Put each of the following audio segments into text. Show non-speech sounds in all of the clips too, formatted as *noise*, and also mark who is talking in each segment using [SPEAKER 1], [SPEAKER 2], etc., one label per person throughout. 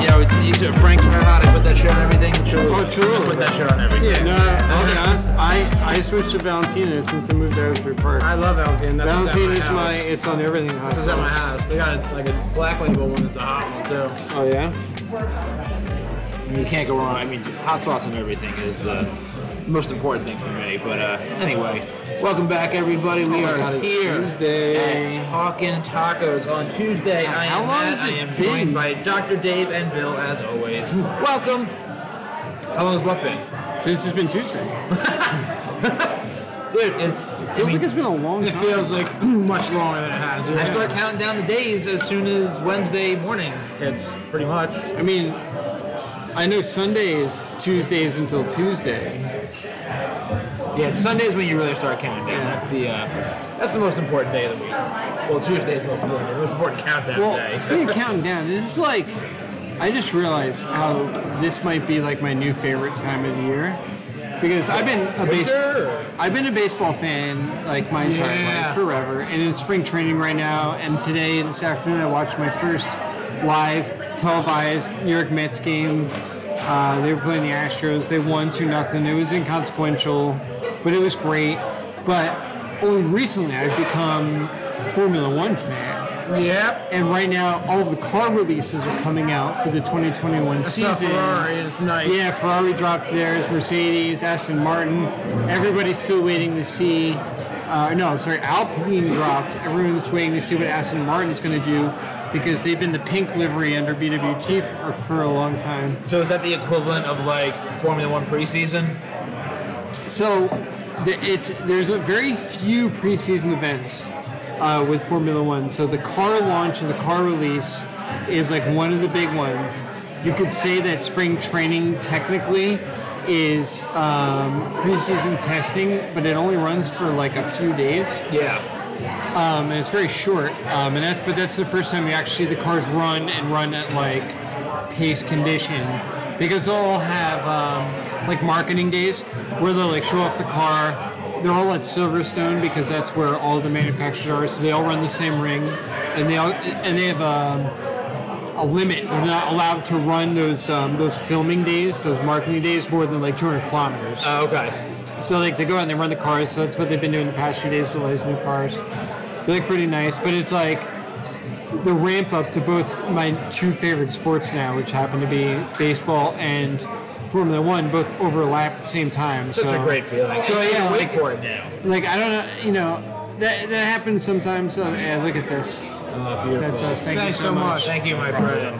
[SPEAKER 1] shit, Frank Maradotic put that shit on everything. Chulu
[SPEAKER 2] Oh, Cholula.
[SPEAKER 1] Put that shit on everything.
[SPEAKER 2] No, I'll be honest. I, I switched to Valentina since I moved there to Park.
[SPEAKER 3] I love Alpine. That's
[SPEAKER 2] Valentina's
[SPEAKER 3] at
[SPEAKER 2] my,
[SPEAKER 3] my, house.
[SPEAKER 2] it's on everything hot.
[SPEAKER 3] This is at my house. They got a, like a black label one that's a hot one too.
[SPEAKER 2] Oh yeah,
[SPEAKER 1] I mean, You can't go wrong. I mean, hot sauce and everything is the most important thing for me. But uh, anyway, welcome back, everybody. We are
[SPEAKER 2] God, it's
[SPEAKER 1] here
[SPEAKER 2] Tuesday.
[SPEAKER 1] at Hawkin Tacos on Tuesday. I
[SPEAKER 2] How
[SPEAKER 1] am
[SPEAKER 2] long
[SPEAKER 1] Matt.
[SPEAKER 2] has
[SPEAKER 1] I
[SPEAKER 2] it
[SPEAKER 1] am
[SPEAKER 2] been?
[SPEAKER 1] joined by Dr. Dave and Bill, as always. welcome. How long has what been?
[SPEAKER 2] since it's been Tuesday,
[SPEAKER 1] Dude, it's.
[SPEAKER 2] feels like it's been a long
[SPEAKER 3] It
[SPEAKER 2] time.
[SPEAKER 3] feels
[SPEAKER 1] *clears throat*
[SPEAKER 3] like much longer than it has.
[SPEAKER 1] I
[SPEAKER 3] Yeah.
[SPEAKER 1] start counting down the days as soon as Wednesday morning.
[SPEAKER 3] It's pretty much.
[SPEAKER 2] I mean, I know Sunday is Tuesdays until Tuesday.
[SPEAKER 1] Yeah, it's Sunday's when you really start counting down. That's the uh, that's the most important day of the week. Well, Tuesday is the most important. day. The most important countdown
[SPEAKER 2] Well,
[SPEAKER 1] day.
[SPEAKER 2] it's
[SPEAKER 1] *laughs*
[SPEAKER 2] been counting down. This is like, I just realized how this might be like my new favorite time of the year because I've been a base, I've been a baseball fan like my entire
[SPEAKER 3] Yeah.
[SPEAKER 2] life forever, and it's spring training right now. And today, this afternoon, I watched my first live televised New York Mets game. Uh, they were playing the Astros. They won two nothing. It was inconsequential, but it was great. But only recently, I've become Formula One fan.
[SPEAKER 3] Yep.
[SPEAKER 2] And right now, all of the car releases are coming out for the 2021
[SPEAKER 3] Season.
[SPEAKER 2] season.
[SPEAKER 3] Ferrari is nice.
[SPEAKER 2] Yeah, Ferrari dropped theirs, Mercedes, Aston Martin. Everybody's still waiting to see. Uh, no, sorry, Alpine dropped. Everyone's waiting to see what Aston Martin's going to do because they've been the pink livery under BWT for, for a long time.
[SPEAKER 1] So is that the equivalent of like Formula One preseason?
[SPEAKER 2] So the, it's there's a very few preseason events uh, with Formula One. So the car launch and the car release is like one of the big ones. You could say that spring training technically is um, preseason testing, but it only runs for like a few days.
[SPEAKER 1] Yeah.
[SPEAKER 2] Um, and it's very short. Um, and that's but that's the first time you actually see the cars run and run at like pace condition because they'll all have um, like marketing days where they'll like show off the car. They're all at Silverstone because that's where all the manufacturers are. So they all run the same ring, and they all and they have um, a limit. They're not allowed to run those um, those filming days, those marketing days, more than like 200 kilometers.
[SPEAKER 1] Uh, okay.
[SPEAKER 2] So like they go out and they run the cars. So that's what they've been doing the past few days with all these new cars. They look pretty nice, but it's like the ramp up to both my two favorite sports now, which happen to be baseball and Formula One, both overlap at the same time.
[SPEAKER 1] Such
[SPEAKER 2] so,
[SPEAKER 1] a great feeling.
[SPEAKER 2] So
[SPEAKER 1] I
[SPEAKER 2] yeah,
[SPEAKER 1] can't wait
[SPEAKER 2] like,
[SPEAKER 1] for it now.
[SPEAKER 2] like I don't know, you know, that that happens sometimes. Uh, yeah, look at this. That's us. Thank
[SPEAKER 3] Thanks
[SPEAKER 2] you so,
[SPEAKER 3] so much.
[SPEAKER 1] Thank you, my friend.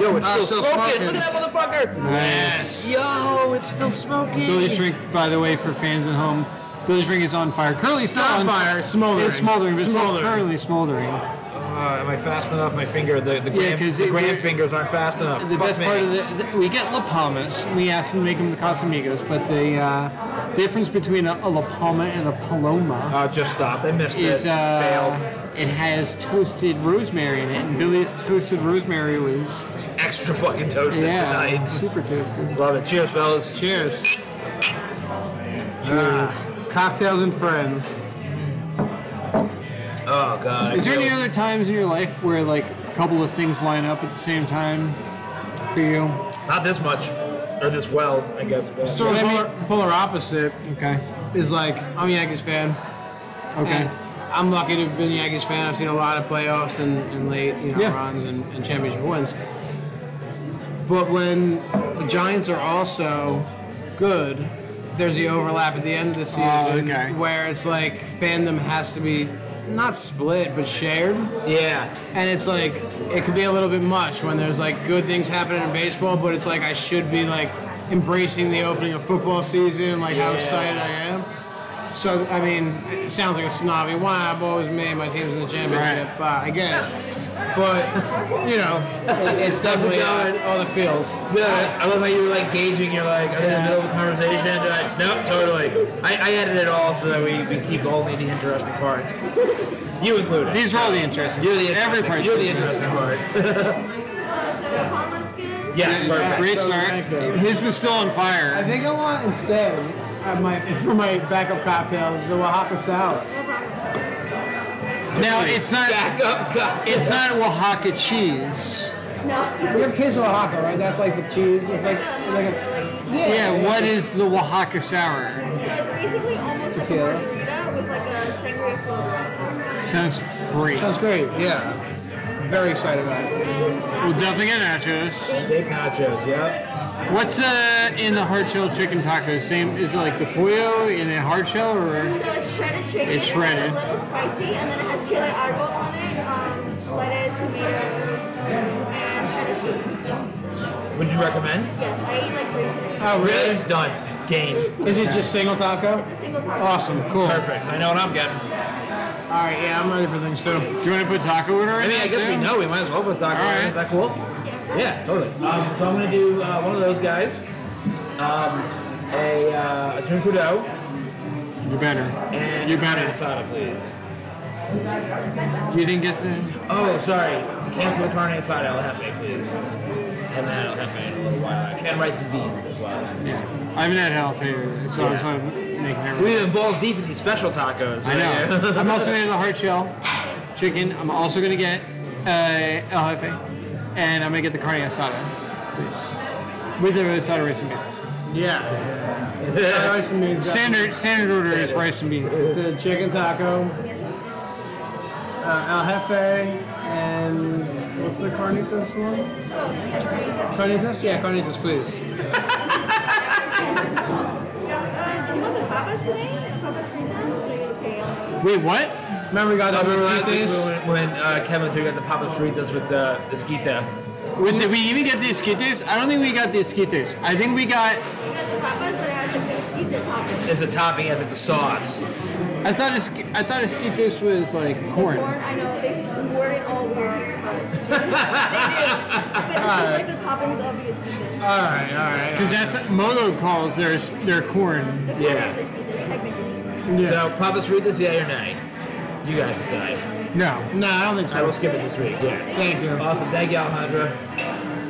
[SPEAKER 1] Yo, it's
[SPEAKER 2] Ah,
[SPEAKER 1] still,
[SPEAKER 2] still
[SPEAKER 1] Oh, smoking.
[SPEAKER 2] smoking.
[SPEAKER 1] Look at that motherfucker.
[SPEAKER 2] Nice.
[SPEAKER 1] Yo, it's still smoking.
[SPEAKER 2] Billy's drink, by the way, for fans at home, Billy's drink is on fire. Currently still
[SPEAKER 3] Not
[SPEAKER 2] on
[SPEAKER 3] on fire, smoldering.
[SPEAKER 2] It's smoldering, but it's still
[SPEAKER 3] Smoldering.
[SPEAKER 2] currently smoldering.
[SPEAKER 1] Uh, am I fast enough? My finger, the the, gram,
[SPEAKER 2] 'cause
[SPEAKER 1] the
[SPEAKER 2] it-
[SPEAKER 1] gram
[SPEAKER 2] we're-
[SPEAKER 1] fingers aren't fast enough.
[SPEAKER 2] The
[SPEAKER 1] Fuck
[SPEAKER 2] best
[SPEAKER 1] me.
[SPEAKER 2] part of the, the- we get La Palmas. We asked them to make them the Casamigos, but the uh, difference between a, a La Palma and a Paloma
[SPEAKER 1] Uh, just stopped. I missed
[SPEAKER 2] is
[SPEAKER 1] it. Failed.
[SPEAKER 2] uh, it has toasted rosemary in it, and Billy's toasted rosemary was
[SPEAKER 1] Extra fucking toasted
[SPEAKER 2] yeah
[SPEAKER 1] tonight.
[SPEAKER 2] super toasted.
[SPEAKER 1] Love it. Cheers, fellas.
[SPEAKER 3] Cheers. Cheers. Cocktails and friends.
[SPEAKER 1] Oh god.
[SPEAKER 2] Is there any
[SPEAKER 1] Yo,
[SPEAKER 2] other times in your life where like a couple of things line up at the same time for you?
[SPEAKER 1] Not this much, or this well, I guess.
[SPEAKER 3] So
[SPEAKER 2] What
[SPEAKER 3] the
[SPEAKER 2] I mean-
[SPEAKER 3] polar, polar opposite
[SPEAKER 2] Okay,
[SPEAKER 3] is like I'm a Yankees fan.
[SPEAKER 2] okay.
[SPEAKER 3] And I'm lucky to have been a Yankees fan. I've seen a lot of playoffs and, and late you know,
[SPEAKER 2] Yeah.
[SPEAKER 3] runs and, and championship wins. But when the Giants are also good, there's the overlap at the end of the season
[SPEAKER 2] Oh, okay.
[SPEAKER 3] where it's like fandom has to be not split but shared.
[SPEAKER 1] yeah.
[SPEAKER 3] And it's like it could be a little bit much when there's like good things happening in baseball, but it's like I should be like embracing the opening of football season and like how
[SPEAKER 1] Yeah.
[SPEAKER 3] excited I am. So I mean, it sounds like a snobby. Why I've always made my teams in the championship,
[SPEAKER 2] Right.
[SPEAKER 3] but I get it. But you know, it- it's definitely
[SPEAKER 1] going?
[SPEAKER 3] on all the fields.
[SPEAKER 1] Good. I love how you were like gauging. You're like, I'm in the middle of a conversation. and you're Like, nope, totally. I, I edit it all so that we, we keep only the interesting parts. You included.
[SPEAKER 2] These are all the interesting.
[SPEAKER 1] You're the
[SPEAKER 2] every
[SPEAKER 1] interesting.
[SPEAKER 2] part's
[SPEAKER 1] You're the
[SPEAKER 2] interesting.
[SPEAKER 1] interesting part. yes,
[SPEAKER 3] Yeah.
[SPEAKER 1] perfect.
[SPEAKER 2] Great
[SPEAKER 3] So,
[SPEAKER 2] start.
[SPEAKER 3] thank you.
[SPEAKER 2] His was still on fire.
[SPEAKER 3] I think I want instead I might- for my backup cocktail the Oaxaca salad.
[SPEAKER 2] Now it's not
[SPEAKER 1] Back up, God.
[SPEAKER 2] it's not Oaxaca cheese.
[SPEAKER 3] We have queso Oaxaca, right? That's like the cheese. It's like,
[SPEAKER 4] Yeah,
[SPEAKER 3] like a,
[SPEAKER 4] mozzarella, you
[SPEAKER 3] Yeah.
[SPEAKER 4] cheese.
[SPEAKER 2] Yeah, what is the Oaxaca sour?
[SPEAKER 4] So it's basically almost like a
[SPEAKER 3] Tequila.
[SPEAKER 4] margarita with like a sangria float on top.
[SPEAKER 2] Sounds great.
[SPEAKER 3] sounds great. Yeah. Very excited about it.
[SPEAKER 2] We'll definitely get nachos.
[SPEAKER 1] Steak nachos, yeah.
[SPEAKER 2] What's uh, in the hard shell chicken tacos? Same, is it like the pollo in a hard shell or?
[SPEAKER 4] So it's shredded chicken.
[SPEAKER 2] It's shredded.
[SPEAKER 4] It's a little spicy, and then it has chili arbol on it, um, lettuce, tomatoes, and shredded cheese.
[SPEAKER 1] Would you recommend?
[SPEAKER 4] Yes, I eat like three today.
[SPEAKER 3] Oh, really?
[SPEAKER 1] Done. Game.
[SPEAKER 3] Is it just single taco?
[SPEAKER 4] It's a single taco.
[SPEAKER 3] Awesome. Cool. All
[SPEAKER 1] Perfect. I know what I'm getting.
[SPEAKER 3] right. Yeah, I'm ready for things too.
[SPEAKER 2] Do you want to put taco order?
[SPEAKER 1] I mean, I guess we know. We might as well put taco.
[SPEAKER 2] All right.
[SPEAKER 1] Is that cool?
[SPEAKER 4] Yeah.
[SPEAKER 1] Yeah, totally. Um, so I'm gonna do uh, one of those guys. Um, a uh, a Trincudo
[SPEAKER 2] You better.
[SPEAKER 1] and
[SPEAKER 2] You got it.
[SPEAKER 1] an asada, please.
[SPEAKER 2] You didn't get the.
[SPEAKER 1] Oh, sorry. Cancel the carne asada. I'll have it, please. And then I'll have it in a little while. actually. And rice and beans as well.
[SPEAKER 2] Yeah. I haven't had healthy, so
[SPEAKER 1] Yeah.
[SPEAKER 2] I was like making everything.
[SPEAKER 1] We've been balls deep in these special tacos. *laughs*
[SPEAKER 2] I
[SPEAKER 1] right
[SPEAKER 2] know.
[SPEAKER 1] here.
[SPEAKER 2] I'm also gonna get the hard shell chicken. I'm also gonna get uh, El Jefe, and I'm gonna get the carne asada, please, with the asada rice and beans.
[SPEAKER 3] *laughs* Yeah. Fried rice and beans.
[SPEAKER 2] Standard standard order is rice and beans.
[SPEAKER 3] The chicken taco. Uh, El Jefe and what's the carnitas one? Carnitas? Yeah, carnitas, please.
[SPEAKER 4] Uh, you want the papas today? The papas fritas? Are you okay?
[SPEAKER 2] Wait, what?
[SPEAKER 3] Remember we got
[SPEAKER 1] I
[SPEAKER 3] those
[SPEAKER 1] remember last week
[SPEAKER 3] quites?
[SPEAKER 1] when, when uh, Kevin threw got the papas fritas with the, the skita.
[SPEAKER 2] With the, we even get the esquites? I don't think we got the esquites. I think we got.
[SPEAKER 4] You got the papas, but it has a big pizza topping.
[SPEAKER 1] It's a topping as like the sauce.
[SPEAKER 2] I thought esqui- I thought esquites was like corn.
[SPEAKER 4] Corn, I know they word it all weird here, but they do. But it's just like the toppings of the esquites.
[SPEAKER 3] All right, all right.
[SPEAKER 2] Because that's what Moto calls their s- their corn.
[SPEAKER 4] The corn
[SPEAKER 1] Yeah.
[SPEAKER 4] is esquites, technically.
[SPEAKER 1] So papas fritas, yeah or nay? You guys decide.
[SPEAKER 2] No.
[SPEAKER 3] No, I don't think
[SPEAKER 1] I
[SPEAKER 3] so.
[SPEAKER 1] will skip it this week. Yeah.
[SPEAKER 3] Thank you.
[SPEAKER 1] Awesome. Thank you, Alejandra.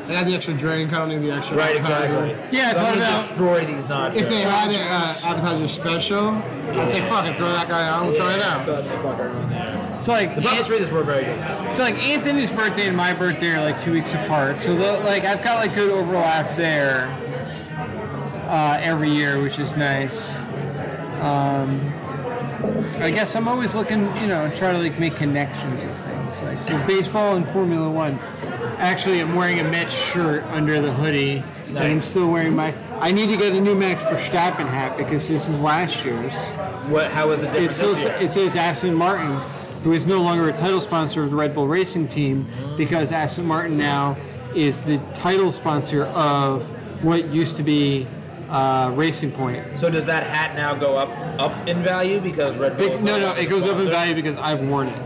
[SPEAKER 3] I got the extra drink. I don't need the extra.
[SPEAKER 1] Right,
[SPEAKER 3] appetizer.
[SPEAKER 1] exactly.
[SPEAKER 2] Yeah, I
[SPEAKER 1] so I'm
[SPEAKER 2] thought
[SPEAKER 1] gonna
[SPEAKER 2] about-
[SPEAKER 1] destroy these nachos.
[SPEAKER 3] If they had an uh, appetizer special, I'd say fuck it, throw that guy out, we'll try it out.
[SPEAKER 1] Throw that fucker on there.
[SPEAKER 2] It's like
[SPEAKER 1] The Papas Fritas were very good. last week.
[SPEAKER 2] So like Anthony's birthday and my birthday are like two weeks apart. So the, like I've got like good overlap there uh, every year, which is nice. Um, I guess I'm always looking, you know, try to like make connections of things. Like so, baseball and Formula One. Actually, I'm wearing a Mets shirt under the hoodie, and I'm
[SPEAKER 1] Nice.
[SPEAKER 2] still wearing my. I need to get a new Max Verstappen hat because this is last year's.
[SPEAKER 1] What? How was it different
[SPEAKER 2] It still
[SPEAKER 1] this year?
[SPEAKER 2] it says Aston Martin, who is no longer a title sponsor of the Red Bull Racing team, because Aston Martin now is the title sponsor of what used to be uh, Racing Point.
[SPEAKER 1] so does that hat now go up up in value because Red Bull?
[SPEAKER 2] Big,
[SPEAKER 1] is
[SPEAKER 2] no,
[SPEAKER 1] Oh, not
[SPEAKER 2] no, it goes up in
[SPEAKER 1] sponsored?
[SPEAKER 2] value because I've worn it.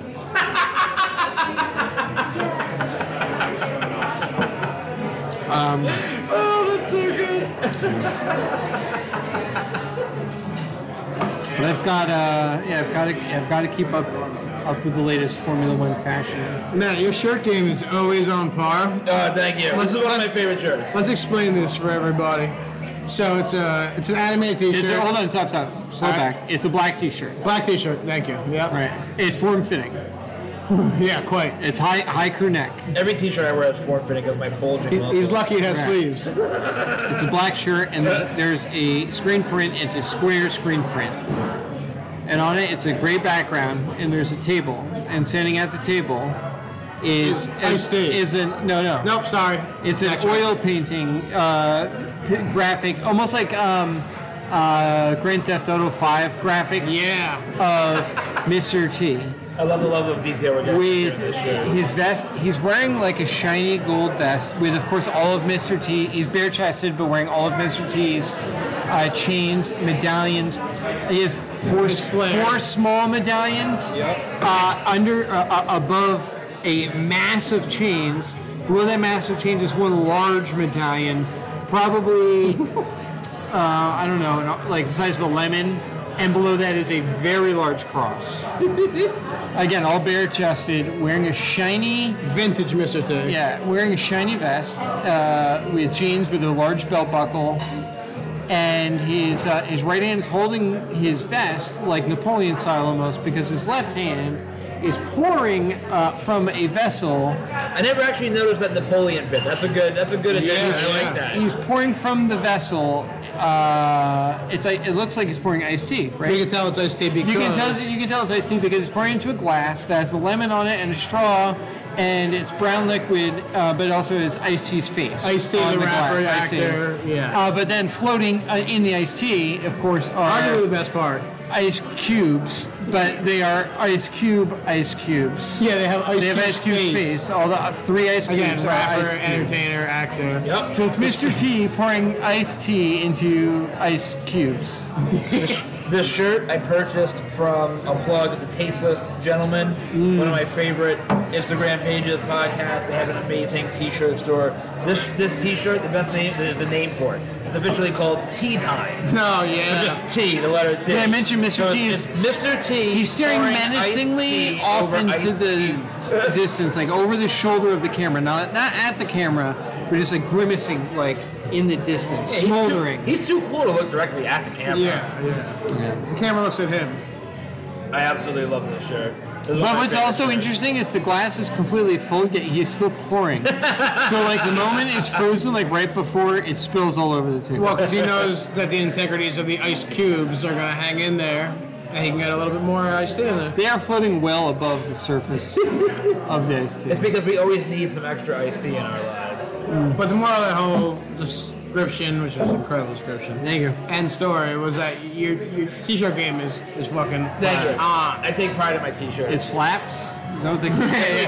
[SPEAKER 2] Um,
[SPEAKER 1] Oh, that's so good.
[SPEAKER 2] But I've got, uh, yeah, I've got to, I've got to keep up, up with the latest Formula One fashion.
[SPEAKER 3] Matt, your shirt game is always on par.
[SPEAKER 1] Uh, thank you. This is one of my favorite shirts.
[SPEAKER 3] Let's explain this for everybody. So it's a it's an anime
[SPEAKER 2] It's a, hold
[SPEAKER 3] t-shirt,
[SPEAKER 2] on, stop, stop, stop
[SPEAKER 3] Alright.
[SPEAKER 2] back. It's a black T-shirt.
[SPEAKER 3] black t-shirt. Thank you. Yep.
[SPEAKER 2] Right. It's form fitting.
[SPEAKER 3] Yeah, quite.
[SPEAKER 2] It's high, high crew neck.
[SPEAKER 1] Every T-shirt I wear is forfeiting because my bulging.
[SPEAKER 3] He-
[SPEAKER 1] muscles.
[SPEAKER 3] He's lucky it has
[SPEAKER 2] Right.
[SPEAKER 3] sleeves.
[SPEAKER 2] It's a black shirt, and there's a screen print. It's a square screen print, and on it, it's a gray background, and there's a table. And standing at the table is
[SPEAKER 3] Is iced tea.
[SPEAKER 2] is an no no.
[SPEAKER 3] Nope, sorry.
[SPEAKER 2] It's an
[SPEAKER 3] Actually.
[SPEAKER 2] oil painting, uh, p- graphic, almost like um, uh, Grand Theft Auto Five graphics
[SPEAKER 3] Yeah.
[SPEAKER 2] of Mr. T
[SPEAKER 1] I love the level of detail we're getting
[SPEAKER 2] with
[SPEAKER 1] in this shirt.
[SPEAKER 2] his vest. He's wearing like a shiny gold vest with, of course, all of Mr. T. He's bare chested, but wearing all of Mr. T's uh, chains, medallions. He has four,
[SPEAKER 3] His flair.
[SPEAKER 2] four small medallions uh, under uh, uh, above a mass of chains. Below that mass of chains is one large medallion, probably uh, I don't know, an- like the size of a lemon, and below that is a very large cross. Again, all bare chested, wearing a shiny,
[SPEAKER 3] Vintage Mr. T.
[SPEAKER 2] yeah, wearing a shiny vest uh, with jeans with a large belt buckle, and his uh, his right hand is holding his vest like Napoleon style almost because his left hand is pouring uh, from a vessel.
[SPEAKER 1] I never actually noticed that Napoleon bit. That's a good. That's a good addition. I like that.
[SPEAKER 2] He's pouring from the vessel. Uh, it's like it looks like he's pouring iced tea, right?
[SPEAKER 3] You can tell it's iced tea because
[SPEAKER 2] You can tell you can tell it's iced tea because it's pouring into a glass that has a lemon on it and a straw, and it's brown liquid, uh, but also is iced tea's face.
[SPEAKER 3] Iced tea,
[SPEAKER 2] on
[SPEAKER 3] the rapper,
[SPEAKER 2] glass, iced tea.
[SPEAKER 3] actor, yeah.
[SPEAKER 2] Uh, but then floating uh, in the iced tea, of course,
[SPEAKER 3] Arguably the
[SPEAKER 2] are
[SPEAKER 3] best part.
[SPEAKER 2] ice cubes, but they are ice cube ice cubes.
[SPEAKER 3] Yeah, they have ice
[SPEAKER 2] They have ice cube face. All the uh, three ice cubes
[SPEAKER 3] Again,
[SPEAKER 2] are
[SPEAKER 3] rapper,
[SPEAKER 2] ice cubes.
[SPEAKER 3] entertainer, actor.
[SPEAKER 1] Yep.
[SPEAKER 2] So it's Mr. T pouring iced tea into ice cubes.
[SPEAKER 1] This shirt I purchased from a plug, the Tasteless Gentleman, one of my favorite Instagram pages, podcast. They have an amazing T-shirt store. This this T-shirt, the best name is the name for it. It's officially called Tea
[SPEAKER 2] *laughs*
[SPEAKER 1] Time.
[SPEAKER 3] No,
[SPEAKER 1] It's
[SPEAKER 3] yeah.
[SPEAKER 1] Just T, the letter T.
[SPEAKER 2] Did I mention Mr.
[SPEAKER 1] So
[SPEAKER 2] T
[SPEAKER 1] it's
[SPEAKER 2] is-
[SPEAKER 1] Mr. T.
[SPEAKER 2] He's staring
[SPEAKER 1] pouring iced
[SPEAKER 2] menacingly
[SPEAKER 1] tea
[SPEAKER 2] off
[SPEAKER 1] over
[SPEAKER 2] into
[SPEAKER 1] iced
[SPEAKER 2] the
[SPEAKER 1] tea.
[SPEAKER 3] *laughs*
[SPEAKER 2] distance, like over the shoulder of the camera. Not not at the camera, but just like grimacing, like in the distance,
[SPEAKER 1] Yeah, he's too-
[SPEAKER 2] smoldering.
[SPEAKER 1] He's too, cool to look directly at the camera.
[SPEAKER 3] Yeah, yeah. The camera looks at him.
[SPEAKER 1] I absolutely love this shirt. This is one of
[SPEAKER 2] But
[SPEAKER 1] my
[SPEAKER 2] what's
[SPEAKER 1] favorite
[SPEAKER 2] also
[SPEAKER 1] shirts.
[SPEAKER 2] interesting is the glass is completely full, yet he's still
[SPEAKER 3] *laughs*
[SPEAKER 2] pouring. so like the moment it's frozen, like right before it spills all over the table.
[SPEAKER 3] Well, because he knows that the integrities of the ice cubes are going to hang in there, and he can get a little bit more iced tea in there.
[SPEAKER 2] they are floating well above the surface
[SPEAKER 3] *laughs*
[SPEAKER 2] of the ice tea.
[SPEAKER 1] It's because we always need some extra iced tea in our lives.
[SPEAKER 3] But the moral of that whole description, which was an incredible description,
[SPEAKER 2] Thank you.
[SPEAKER 3] and story, was that your, your t-shirt game is, is fucking
[SPEAKER 1] Thank you.
[SPEAKER 3] on.
[SPEAKER 1] I take pride in my t-shirt.
[SPEAKER 2] It slaps. Is that what
[SPEAKER 3] *laughs*
[SPEAKER 2] they-
[SPEAKER 1] That's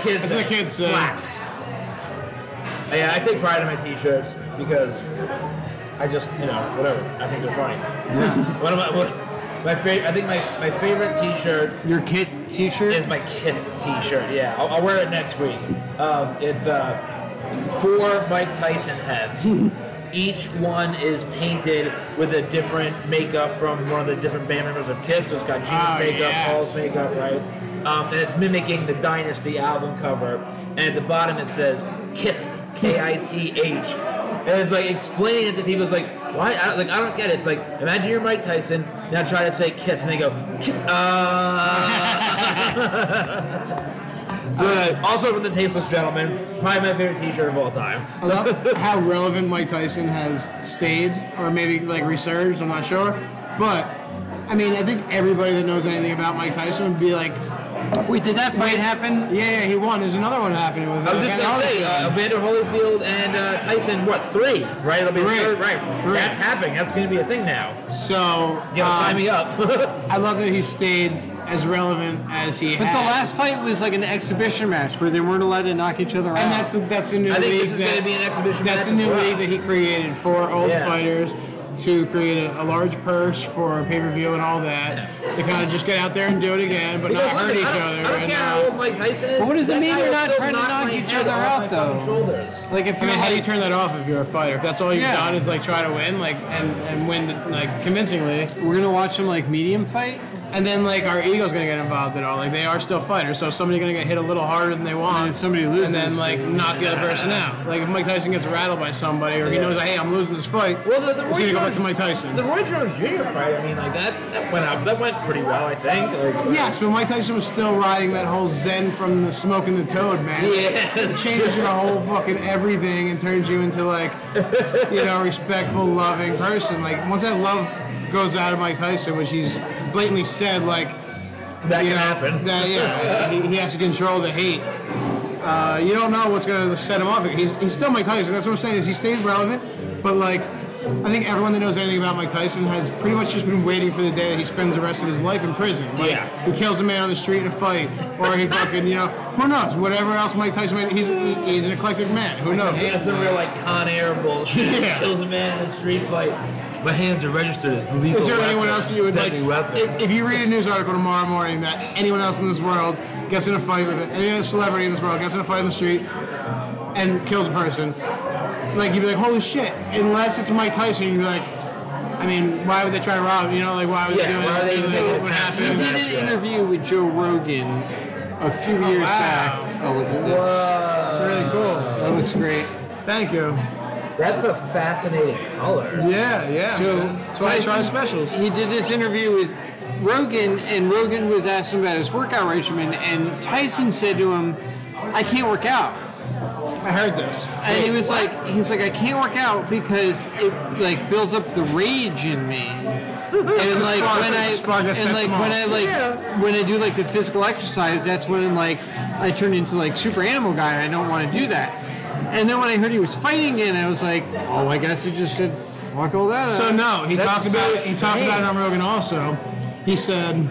[SPEAKER 1] what
[SPEAKER 2] uh,
[SPEAKER 3] That's what kids say.
[SPEAKER 1] Slaps. uh, Yeah, I take pride in my t-shirts because I just, you know, whatever. I think they're funny. One of my, one, my favorite, I think my, my favorite t-shirt
[SPEAKER 2] Your kit T-shirt.
[SPEAKER 1] is my kid t-shirt. Yeah, I'll, I'll wear it next week. Um, it's uh, four Mike Tyson heads. Each one is painted with a different makeup from one of the different band members of Kiss. So it's got Gina's
[SPEAKER 3] Oh,
[SPEAKER 1] makeup,
[SPEAKER 3] yes.
[SPEAKER 1] Paul's makeup, right? Um, and it's mimicking the Dynasty album cover. And at the bottom it says Kith, K-I-T-H. And it's like explaining it to people. It's like, why? I, like I don't get it. It's like imagine you're Mike Tyson. Now try to say Kiss, and they go, Kith, uh. *laughs* So, uh, also from the Tasteless Gentleman, probably my favorite T-shirt of all time.
[SPEAKER 3] I
[SPEAKER 1] *laughs*
[SPEAKER 3] love how relevant Mike Tyson has stayed, or maybe like resurged. I'm not sure, but I mean, I think everybody that knows anything about Mike Tyson would be like,
[SPEAKER 2] Wait, did that fight happen?
[SPEAKER 3] yeah, yeah, he won. There's another one happening with.
[SPEAKER 1] I
[SPEAKER 3] him.
[SPEAKER 1] was just gonna say, uh, Vander Holyfield and uh, Tyson, what three? Right, it'll be
[SPEAKER 3] Three.
[SPEAKER 1] third, right?
[SPEAKER 3] Three.
[SPEAKER 1] That's happening. That's gonna be a thing now.
[SPEAKER 3] so
[SPEAKER 1] You know,
[SPEAKER 3] um,
[SPEAKER 1] sign me up. *laughs*
[SPEAKER 3] I love that he stayed as relevant as he
[SPEAKER 2] But
[SPEAKER 3] had.
[SPEAKER 2] the last fight was like an exhibition match where they weren't allowed to knock each other out.
[SPEAKER 3] and that's the, that's the new
[SPEAKER 1] I think
[SPEAKER 3] league
[SPEAKER 1] this is
[SPEAKER 3] that-
[SPEAKER 1] gonna be an exhibition match
[SPEAKER 3] That's the new
[SPEAKER 1] as well.
[SPEAKER 3] league that he created for old
[SPEAKER 1] Yeah.
[SPEAKER 3] fighters to create a, a large purse for pay per view and all that to kind of just get out there and do it again, but
[SPEAKER 1] Because
[SPEAKER 3] not hurt
[SPEAKER 1] listen,
[SPEAKER 3] each
[SPEAKER 1] I don't,
[SPEAKER 3] other.
[SPEAKER 1] I don't
[SPEAKER 3] and, uh,
[SPEAKER 1] care how old Mike Tyson is.
[SPEAKER 2] But what does it
[SPEAKER 1] that
[SPEAKER 2] mean
[SPEAKER 1] guy
[SPEAKER 2] you're
[SPEAKER 1] will
[SPEAKER 2] not
[SPEAKER 1] still
[SPEAKER 2] trying to
[SPEAKER 1] knock
[SPEAKER 2] knock
[SPEAKER 1] my
[SPEAKER 2] each
[SPEAKER 1] head
[SPEAKER 2] other
[SPEAKER 1] off
[SPEAKER 2] out,
[SPEAKER 1] my fucking
[SPEAKER 2] though?
[SPEAKER 1] Shoulders.
[SPEAKER 2] like if
[SPEAKER 3] I
[SPEAKER 2] you're
[SPEAKER 3] mean, how do you
[SPEAKER 2] like-
[SPEAKER 3] turn that off if you're a fighter? If that's all you've
[SPEAKER 2] Yeah.
[SPEAKER 3] done is like try to win, like and, and win like convincingly,
[SPEAKER 2] we're gonna watch them like medium fight.
[SPEAKER 3] and then like our ego's gonna get involved at all. Like they are still fighters, so if somebody's gonna get hit a little harder than they want.
[SPEAKER 2] if somebody loses,
[SPEAKER 3] and then like
[SPEAKER 2] they-
[SPEAKER 3] knock the other person out. Like if Mike Tyson gets rattled by somebody, or he
[SPEAKER 1] Yeah.
[SPEAKER 3] knows, hey, I'm losing this fight.
[SPEAKER 1] Well, the, the Roy
[SPEAKER 3] he's gonna go back
[SPEAKER 1] Jones,
[SPEAKER 3] to Mike Tyson.
[SPEAKER 1] the Roy Jones Jr. fight. I mean, like that, that went up. That went pretty well, I think. Like,
[SPEAKER 3] Yes, but Mike Tyson was still riding that whole zen from the smoking the toad, man.
[SPEAKER 1] *laughs* Yes.
[SPEAKER 3] It changes your whole fucking everything and turns you into like, you know, a respectful, loving person. Like once that love goes out of Mike Tyson, which he's blatantly said, like
[SPEAKER 1] that
[SPEAKER 3] you
[SPEAKER 1] can
[SPEAKER 3] know,
[SPEAKER 1] happen.
[SPEAKER 3] That, yeah, he, he has to control the hate. Uh, you don't know what's going to set him off. He's, he's still Mike Tyson. That's what I'm saying. Is he stayed relevant? But like, I think everyone that knows anything about Mike Tyson has pretty much just been waiting for the day that he spends the rest of his life in prison. Like,
[SPEAKER 1] Yeah.
[SPEAKER 3] He kills a man on the street in a fight, or he fucking you know who knows whatever else Mike Tyson. Made, he's he's an eclectic man. Who knows?
[SPEAKER 1] He has some real like Con Air bullshit. *laughs*
[SPEAKER 3] Yeah.
[SPEAKER 1] Kills a man in the street fight. My hands are registered as legal
[SPEAKER 3] Is there
[SPEAKER 1] weapons,
[SPEAKER 3] anyone else that you would like?
[SPEAKER 1] deadly weapons.
[SPEAKER 3] If, if you read a news article tomorrow morning that anyone else in this world gets in a fight with it, any other celebrity in this world gets in a fight in the street and kills a person, like you'd be like, holy shit! Unless it's Mike Tyson, you'd be like, I mean, why would they try to rob? You know, like why would
[SPEAKER 1] Yeah,
[SPEAKER 3] they do it?
[SPEAKER 1] why would they
[SPEAKER 3] Like,
[SPEAKER 1] do
[SPEAKER 3] what
[SPEAKER 1] it?
[SPEAKER 3] would
[SPEAKER 2] He
[SPEAKER 3] happen?
[SPEAKER 2] did
[SPEAKER 1] that's
[SPEAKER 2] an
[SPEAKER 1] good.
[SPEAKER 2] interview with Joe Rogan a few years
[SPEAKER 3] Oh, wow.
[SPEAKER 2] back. Oh, look at this.
[SPEAKER 3] It's really cool.
[SPEAKER 2] That looks great.
[SPEAKER 3] Thank you.
[SPEAKER 1] That's a fascinating color.
[SPEAKER 3] Yeah, yeah.
[SPEAKER 2] So
[SPEAKER 3] that's why I try
[SPEAKER 2] Tyson-
[SPEAKER 3] specials.
[SPEAKER 2] He did this interview with Rogan, and Rogan was asking about his workout regimen, and Tyson said to him, "I can't work out."
[SPEAKER 3] I heard this.
[SPEAKER 2] And he was like, he was like, I can't work out because it like builds up the rage in
[SPEAKER 3] *laughs*
[SPEAKER 2] me. And like
[SPEAKER 3] spark-
[SPEAKER 2] when
[SPEAKER 3] it's a spark
[SPEAKER 2] I and
[SPEAKER 3] that sets
[SPEAKER 2] like
[SPEAKER 3] them
[SPEAKER 2] when
[SPEAKER 3] off.
[SPEAKER 2] I like when I do like the physical exercise, that's when like I turn into like super animal guy, and I don't want to do that. And then when I heard he was fighting again, I was like, oh, I guess he just said fuck all that.
[SPEAKER 3] So no, he
[SPEAKER 1] Uh, That's
[SPEAKER 3] talked about
[SPEAKER 1] so
[SPEAKER 3] he talked about it on Rogan also. He said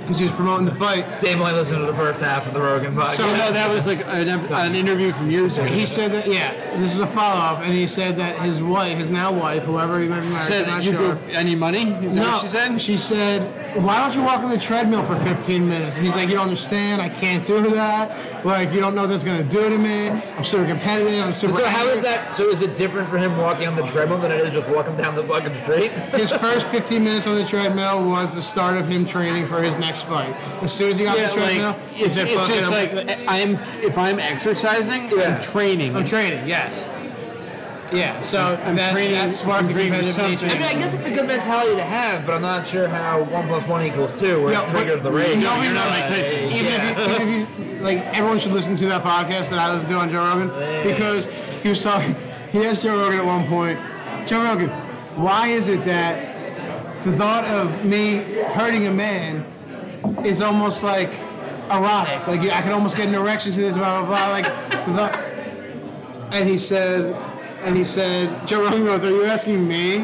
[SPEAKER 3] because he was promoting the fight.
[SPEAKER 1] Dave only listened to the first half of the Rogan podcast.
[SPEAKER 2] So no, that was like an, an interview from years ago.
[SPEAKER 3] He said that yeah, and this is a follow up, and he said that his wife, his now wife, whoever he might be married,
[SPEAKER 2] said,
[SPEAKER 3] I'm not
[SPEAKER 2] "You
[SPEAKER 3] sure.
[SPEAKER 2] go any money?" Is that what she said?
[SPEAKER 3] She said, "Why don't you walk on the treadmill for 15 minutes?" And he's like, "You don't understand. I can't do that. Like, you don't know what that's gonna do to me. I'm super competitive. I'm super."
[SPEAKER 1] So how
[SPEAKER 3] angry."
[SPEAKER 1] is that? So is it different for him walking on the treadmill than it is just walking down the fucking *laughs* street?
[SPEAKER 3] *laughs* His first 15 minutes on the treadmill was the start of him training for his next fight. As soon as he got on
[SPEAKER 2] Yeah,
[SPEAKER 3] the treadmill,
[SPEAKER 2] like, it's,
[SPEAKER 3] he said,
[SPEAKER 2] it's
[SPEAKER 3] "Fuck it,
[SPEAKER 2] just
[SPEAKER 3] I'm-
[SPEAKER 2] like I'm if I'm exercising,
[SPEAKER 1] Yeah.
[SPEAKER 2] I'm training.
[SPEAKER 3] I'm training, yes. Yeah, so
[SPEAKER 2] I'm
[SPEAKER 3] that,
[SPEAKER 2] training-
[SPEAKER 3] that's smart
[SPEAKER 2] I'm
[SPEAKER 3] for
[SPEAKER 2] training
[SPEAKER 3] competitive
[SPEAKER 2] something.
[SPEAKER 1] I mean,
[SPEAKER 3] nature.
[SPEAKER 1] I guess it's a good mentality to have, but I'm not sure how one plus one equals two, where
[SPEAKER 3] No,
[SPEAKER 1] it
[SPEAKER 3] but-
[SPEAKER 1] triggers the rage.
[SPEAKER 3] No,
[SPEAKER 2] You're
[SPEAKER 3] we know
[SPEAKER 2] not
[SPEAKER 3] that.
[SPEAKER 2] like Tyson.
[SPEAKER 3] Even, if you, even if you, like, everyone should listen to that podcast that I was doing on Joe Rogan because he was talking, he asked Joe Rogan at one point, Joe Rogan, why is it that the thought of me hurting a man is almost like erotic? Like, I could almost get an erection to this, blah, blah, blah. Like, the thought. And he said, and he said, Joe Rogan goes, are you asking me?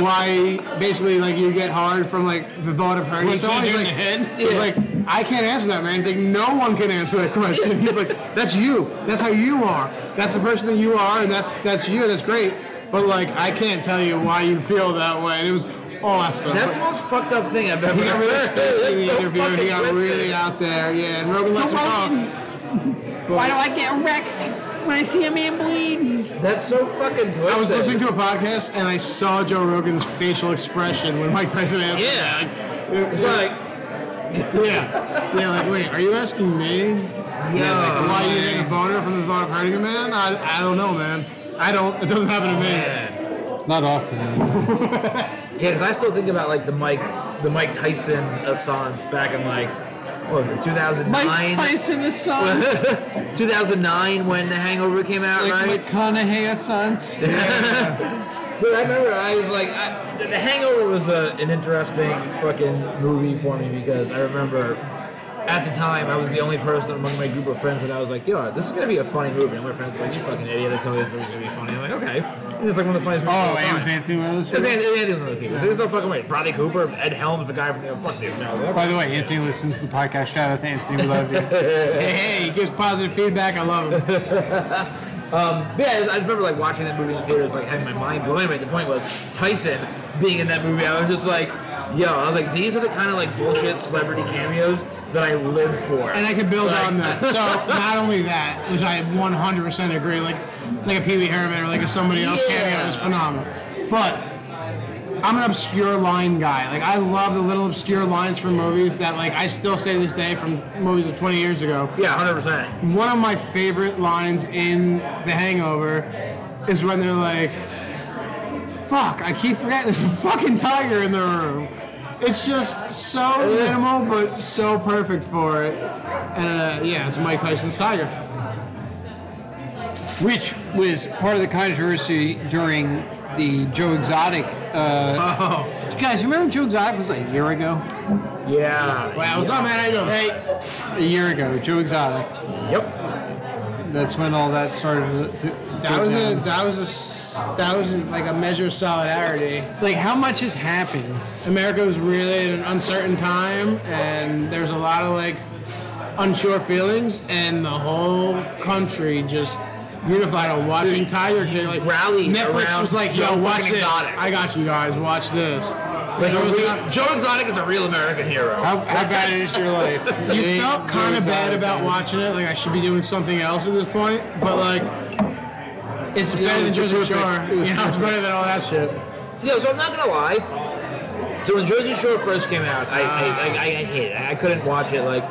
[SPEAKER 3] Why basically like you get hard from like the thought of hurting
[SPEAKER 2] Once you
[SPEAKER 3] someone? He's
[SPEAKER 2] do it in
[SPEAKER 3] like-
[SPEAKER 2] the head?
[SPEAKER 3] He's like, I can't answer that, man. He's like, no one can answer that question. He's like, that's you. That's how you are. That's the person that you are, and that's that's you. That's great. But like, I can't tell you why you feel that way. And it was awesome.
[SPEAKER 1] That's the most fucked up thing I've ever
[SPEAKER 3] he got really
[SPEAKER 1] heard.
[SPEAKER 3] spicy in the
[SPEAKER 1] It's so
[SPEAKER 3] interview.
[SPEAKER 1] fucking
[SPEAKER 3] He got
[SPEAKER 1] twisted.
[SPEAKER 3] really out there. Yeah, and Rogan lets him talk.
[SPEAKER 5] Why do I get wrecked when I see a man bleed?
[SPEAKER 1] That's so fucking twisted.
[SPEAKER 3] I was listening to a podcast and I saw Joe Rogan's facial expression when Mike Tyson asked. him.
[SPEAKER 1] Yeah,
[SPEAKER 3] It was like,
[SPEAKER 1] like
[SPEAKER 3] yeah, yeah. Like, wait, are you asking me?
[SPEAKER 1] yeah,
[SPEAKER 3] Why you getting a boner from the thought of hurting a man? I, I don't know, man. I don't. It doesn't happen to me.
[SPEAKER 2] Not often.
[SPEAKER 1] yeah. Because I still think about like the Mike, the Mike Tyson Assange back in like what was it, 2009?
[SPEAKER 5] Mike Tyson is
[SPEAKER 3] *laughs*
[SPEAKER 5] song.
[SPEAKER 1] 2009 when The Hangover came out,
[SPEAKER 2] Like
[SPEAKER 1] right?
[SPEAKER 2] McConaughey sons.
[SPEAKER 1] Dude, I remember I was like, I, The Hangover was a, an interesting fucking movie for me because I remember at the time I was the only person among my group of friends that I was like, yo, this is gonna be a funny movie. And my friends were like, you fucking idiot, that's how this movie's gonna be funny. I'm like, okay. And it's like one of the funniest movies. of all
[SPEAKER 2] Oh, it
[SPEAKER 1] time.
[SPEAKER 2] was Anthony Lewis.
[SPEAKER 1] It was Andy- Andy was one of the people. There's no fucking way. Bradley Cooper, Ed Helms, the guy from the fuck dude. No,
[SPEAKER 2] By the way, Anthony listens to the podcast. Shout out to Anthony.
[SPEAKER 1] *laughs*
[SPEAKER 2] We love you.
[SPEAKER 3] Hey, hey, he gives positive feedback. I love him.
[SPEAKER 1] But yeah, I remember like watching that movie in the theaters, like having my mind blown. Anyway, the point was Tyson being in that movie. I was just like, yo, I was like, these are the kind of like bullshit celebrity cameos that I live for.
[SPEAKER 3] And I can build
[SPEAKER 1] Like- *laughs*
[SPEAKER 3] on that. So not only that, which I 100% agree, like like a Pee Wee Herman or like a somebody else
[SPEAKER 1] Yeah.
[SPEAKER 3] cameo is phenomenal. But I'm an obscure line guy. Like I love the little obscure lines from movies that like I still say to this day from movies of 20 years ago.
[SPEAKER 1] Yeah, hundred percent.
[SPEAKER 3] One of my favorite lines in The Hangover is when they're like, "Fuck, I keep forgetting there's a fucking tiger in the room." It's just so minimal, but so perfect for it. And uh, yeah, it's Mike Tyson's tiger.
[SPEAKER 2] Which was part of the controversy during the Joe Exotic. Uh,
[SPEAKER 3] Oh,
[SPEAKER 2] guys, remember Joe Exotic was like a year ago?
[SPEAKER 1] Yeah.
[SPEAKER 3] wow, what's up, man? How you doing?
[SPEAKER 2] A year ago, Joe Exotic.
[SPEAKER 1] Yep.
[SPEAKER 2] That's when all that started. To, to
[SPEAKER 3] That was
[SPEAKER 2] go
[SPEAKER 3] a
[SPEAKER 2] down.
[SPEAKER 3] that was a s- that was like a measure of solidarity.
[SPEAKER 2] like how much has happened.
[SPEAKER 3] America was really in an uncertain time, and there's a lot of like unsure feelings, and the whole country just unified on watching Tiger King. Like
[SPEAKER 1] Rallied
[SPEAKER 3] Netflix
[SPEAKER 1] around
[SPEAKER 3] was like, "Yo,
[SPEAKER 1] Joe
[SPEAKER 3] watch
[SPEAKER 1] fucking
[SPEAKER 3] this!
[SPEAKER 1] Exotic.
[SPEAKER 3] I got you guys. Watch this."
[SPEAKER 1] Like
[SPEAKER 3] It
[SPEAKER 1] a
[SPEAKER 3] was
[SPEAKER 1] real-
[SPEAKER 3] not-
[SPEAKER 1] Joe Exotic is a real American hero.
[SPEAKER 2] How, how
[SPEAKER 3] *laughs*
[SPEAKER 2] bad is your life?
[SPEAKER 3] you
[SPEAKER 2] It ain't
[SPEAKER 3] felt kind
[SPEAKER 2] Joe
[SPEAKER 3] of bad
[SPEAKER 2] Exotic,
[SPEAKER 3] about
[SPEAKER 2] man.
[SPEAKER 3] watching it. Like I should be doing something else at this point, but like. It's better than
[SPEAKER 2] it's
[SPEAKER 3] Jersey Shore.
[SPEAKER 2] perfect. It was
[SPEAKER 3] You know, it's better than all that shit.
[SPEAKER 1] Yeah, so I'm not gonna lie. So when Jersey Shore first came out, I I, I, I hated it. I couldn't watch it. Like,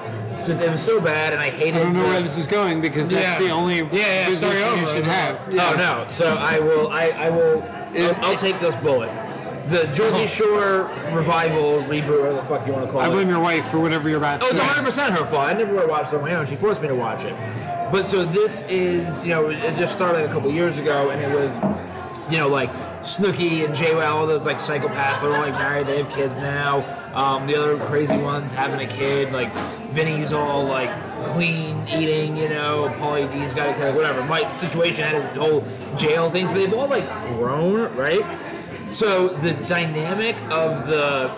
[SPEAKER 1] just it was so bad, and I hated.
[SPEAKER 2] I don't know
[SPEAKER 1] the-
[SPEAKER 2] where this is going because that's
[SPEAKER 3] Yeah.
[SPEAKER 2] the only
[SPEAKER 3] Yeah, yeah,
[SPEAKER 2] position
[SPEAKER 3] start
[SPEAKER 2] you
[SPEAKER 3] over.
[SPEAKER 2] should have.
[SPEAKER 1] Oh no! So I will. I, I will. I'll, I'll take this bullet. the Jersey Shore revival, reboot, whatever the fuck you want to call
[SPEAKER 2] I
[SPEAKER 1] it.
[SPEAKER 2] blame your wife for whatever you're about to
[SPEAKER 1] Oh, it's
[SPEAKER 2] say.
[SPEAKER 1] 100 percent her fault. I never would have watched it on my own. She forced me to watch it. But so this is, you know, it just started a couple years ago, and it was, you know, like Snooki and Jay all those like psychopaths. They're all like married. They have kids now. Um, the other crazy ones having a kid. Like Vinny's all like clean eating. You know, Paulie D's got a kid. Whatever. Mike's situation had his whole jail thing. So they've all like grown, right? So the dynamic of the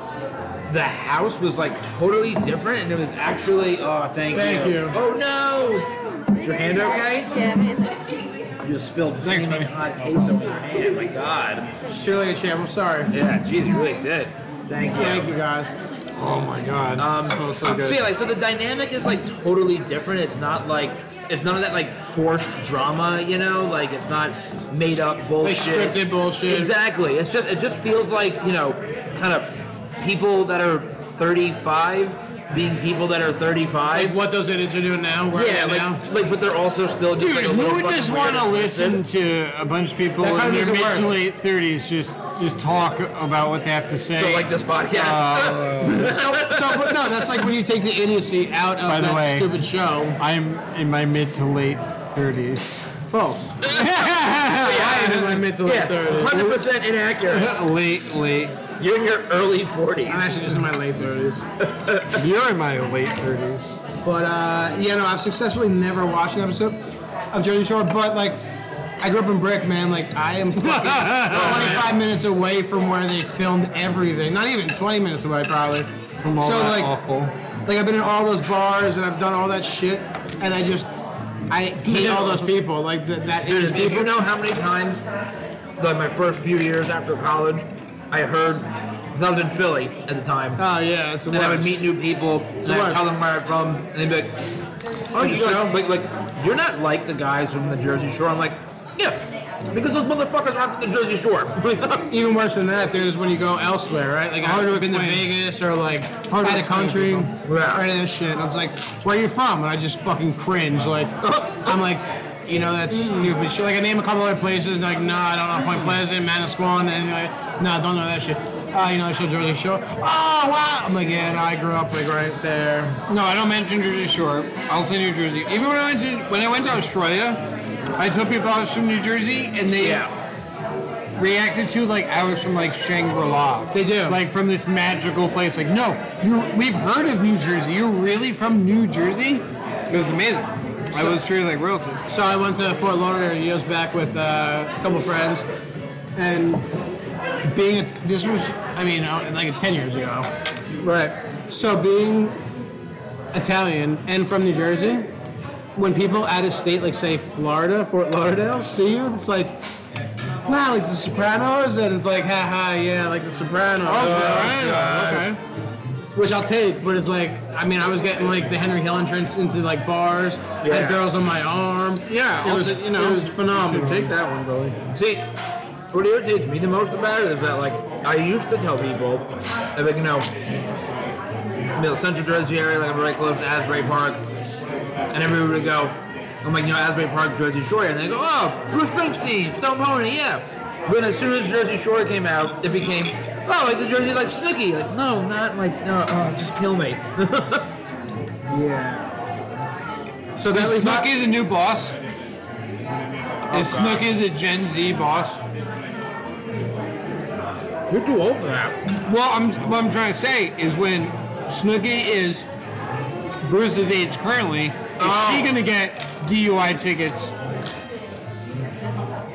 [SPEAKER 1] the house was like totally different, and it was actually. Oh, thank,
[SPEAKER 3] Thank
[SPEAKER 1] you.
[SPEAKER 3] you.
[SPEAKER 1] Oh no! Is your hand okay?
[SPEAKER 4] Yeah, man.
[SPEAKER 1] You just spilled
[SPEAKER 2] Thanks,
[SPEAKER 1] flaming
[SPEAKER 2] buddy.
[SPEAKER 1] hot queso on your hand. My God.
[SPEAKER 3] It's Truly a champ. I'm sorry.
[SPEAKER 1] Yeah, jeez, you really did. Thank you.
[SPEAKER 3] Thank you guys.
[SPEAKER 2] Oh my god. Um, smells so good.
[SPEAKER 1] So yeah, like so the dynamic is like totally different. It's not like it's none of that like forced drama, you know. Like it's not made up bullshit.
[SPEAKER 3] scripted bullshit.
[SPEAKER 1] Exactly. It's just it just feels like you know, kind of people that are 35 being people that are 35.
[SPEAKER 3] Like what those idiots are doing now. Where
[SPEAKER 1] Yeah,
[SPEAKER 3] are they now?
[SPEAKER 1] like, like, but they're also still just
[SPEAKER 2] Dude,
[SPEAKER 1] like a
[SPEAKER 2] who
[SPEAKER 1] little
[SPEAKER 2] would
[SPEAKER 1] fucking
[SPEAKER 2] just want to
[SPEAKER 1] weirdo.
[SPEAKER 2] listen to a bunch of people
[SPEAKER 3] That
[SPEAKER 2] in their
[SPEAKER 3] kinda
[SPEAKER 2] mid
[SPEAKER 3] makes it
[SPEAKER 2] to
[SPEAKER 3] worse.
[SPEAKER 2] late thirties just just talk about what they have to say?
[SPEAKER 1] So like this podcast.
[SPEAKER 3] Oh.
[SPEAKER 1] *laughs*
[SPEAKER 3] So, but no, that's like when you take the idiocy out of
[SPEAKER 2] By the
[SPEAKER 3] that
[SPEAKER 2] way-
[SPEAKER 3] stupid show.
[SPEAKER 2] I'm in my mid to late thirties. *laughs*
[SPEAKER 3] False.
[SPEAKER 2] late,
[SPEAKER 3] in my mid to late
[SPEAKER 1] yeah,
[SPEAKER 3] *laughs* 30s.
[SPEAKER 1] hundred percent inaccurate.
[SPEAKER 2] late.
[SPEAKER 1] You're in your early forties.
[SPEAKER 3] I'm actually just in my late
[SPEAKER 2] *laughs*
[SPEAKER 3] 30s.
[SPEAKER 2] You're in my late thirties.
[SPEAKER 3] But, uh, yeah, no, I've successfully never watched an episode of Jersey Shore, but, like, I grew up in Brick, man. Like, I
[SPEAKER 2] *laughs*
[SPEAKER 3] am fucking 25 minutes away from where they filmed everything. Not even 20 minutes away, probably.
[SPEAKER 2] From all
[SPEAKER 3] so,
[SPEAKER 2] that
[SPEAKER 3] like,
[SPEAKER 2] awful.
[SPEAKER 3] Like I've been in all those bars and I've done all that shit, and I just I hate all those people. Like th- that.
[SPEAKER 1] Dude, if you know how many times, like my first few years after college, I heard, because I was in Philly at the time,
[SPEAKER 3] Oh yeah, it's the
[SPEAKER 1] and I would
[SPEAKER 3] worst.
[SPEAKER 1] meet new people, and I would
[SPEAKER 3] worst.
[SPEAKER 1] tell them where I'm from, and they'd be like, "Oh,
[SPEAKER 3] Like
[SPEAKER 1] you
[SPEAKER 3] the
[SPEAKER 1] like, like, like, you're not like the guys from the Jersey Shore." I'm like, "Yeah, because those motherfuckers aren't from the Jersey Shore."
[SPEAKER 3] Even worse than that, dude, is when you go elsewhere, right? Like I've been to Vegas or like out
[SPEAKER 2] to
[SPEAKER 3] of the
[SPEAKER 2] explain
[SPEAKER 3] country,
[SPEAKER 2] people.
[SPEAKER 3] or any of this shit. And I was like, "Where are you from?" And I just fucking cringe. Like *laughs* I'm like, you know, that's stupid shit. Like I name a couple other places, and like, nah, I don't know Point Pleasant, Manasquan, and like, nah, don't know that shit. Uh, you know, show Jersey Shore. Oh wow! I'm like, yeah, no, I grew up like right there.
[SPEAKER 2] No, I don't mention Jersey Shore. I'll say New Jersey. Even when I went to when I went to Australia, I told people I was from New Jersey, and they reacted to like I was from like Shangri La.
[SPEAKER 3] They do.
[SPEAKER 2] like from this magical place. Like, no, you we've heard of New Jersey. You're really from New Jersy? It was amazing. I was treated like royalty.
[SPEAKER 3] So I went to Fort Lauderdale years back with uh, a couple friends, and being at, this was I mean uh, like ten years ago, right? So being Italian and from New Jersey, when people out of state like say Florida, Fort Lauderdale, see you, it's like. Wow, like the Sopranos, and it's like, haha, yeah, like the Sopranos.
[SPEAKER 2] God.
[SPEAKER 3] okay. Which I'll take, but it's like, I mean, I was getting like the Henry Hill entrance into like bars, I
[SPEAKER 1] Yeah.
[SPEAKER 3] had girls on my arm.
[SPEAKER 2] Yeah,
[SPEAKER 3] it
[SPEAKER 2] I'll
[SPEAKER 3] was,
[SPEAKER 2] take-
[SPEAKER 3] you know, it was phenomenal.
[SPEAKER 2] that one, Billy.
[SPEAKER 1] See, what irritates me the most about it is that, like, I used to tell people, that, like, you know, you know, Central Jersey area, like, I'm right close to Asbury Park, and everybody would go, I'm like, you know, Asbury Park, Jersey Shore, and they go, oh, Bruce Springsteen, Stone Pony, yeah. But as soon as Jersey Shore came out, it became, oh, like the Jersey, like Snooki, like, no, not like, no, oh, just kill me. *laughs*
[SPEAKER 3] So that
[SPEAKER 2] Is
[SPEAKER 3] was not.
[SPEAKER 2] Snooki the new boss? Is Snooki the Gen Z boss?
[SPEAKER 1] You're too old for that.
[SPEAKER 2] Well, I'm, what I'm trying to say is when Snooki is Bruce's age currently, is
[SPEAKER 3] Oh.
[SPEAKER 2] she going to get DUI tickets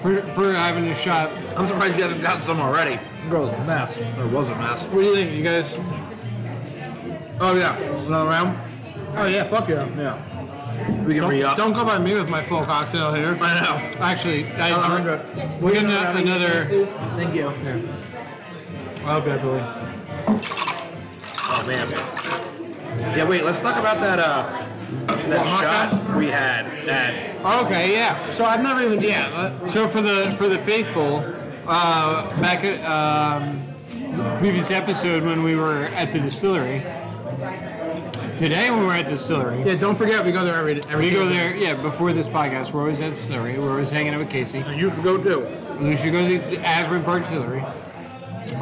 [SPEAKER 2] for, for having a shot?
[SPEAKER 1] I'm surprised you haven't gotten some already. Girl's a mess, or was a mess.
[SPEAKER 3] What do you think, you guys?
[SPEAKER 1] Oh, yeah, another round?
[SPEAKER 3] Oh yeah, fuck yeah.
[SPEAKER 1] Yeah. We can
[SPEAKER 3] Don't,
[SPEAKER 1] re up.
[SPEAKER 3] don't go by me with my full cocktail here.
[SPEAKER 1] I know.
[SPEAKER 2] Actually,
[SPEAKER 1] I'm
[SPEAKER 2] I,
[SPEAKER 1] good.
[SPEAKER 2] we're going to another.
[SPEAKER 1] Thank you.
[SPEAKER 2] Okay, Billy.
[SPEAKER 1] Oh man. Yeah, wait. Let's talk about that. Uh, that shot we had. That
[SPEAKER 2] Okay, yeah.
[SPEAKER 3] So I've never even yeah. uh,
[SPEAKER 2] So for the for the faithful, uh, back at um, the previous episode when we were at the distillery, today when we're at the distillery,
[SPEAKER 3] Yeah, don't forget we go there every every.
[SPEAKER 2] we go
[SPEAKER 3] Tuesday.
[SPEAKER 2] there. Yeah, before this podcast, we're always at the distillery. We're always hanging out with Casey.
[SPEAKER 1] you should go too.
[SPEAKER 2] We should go to the Asbury Park Distillery.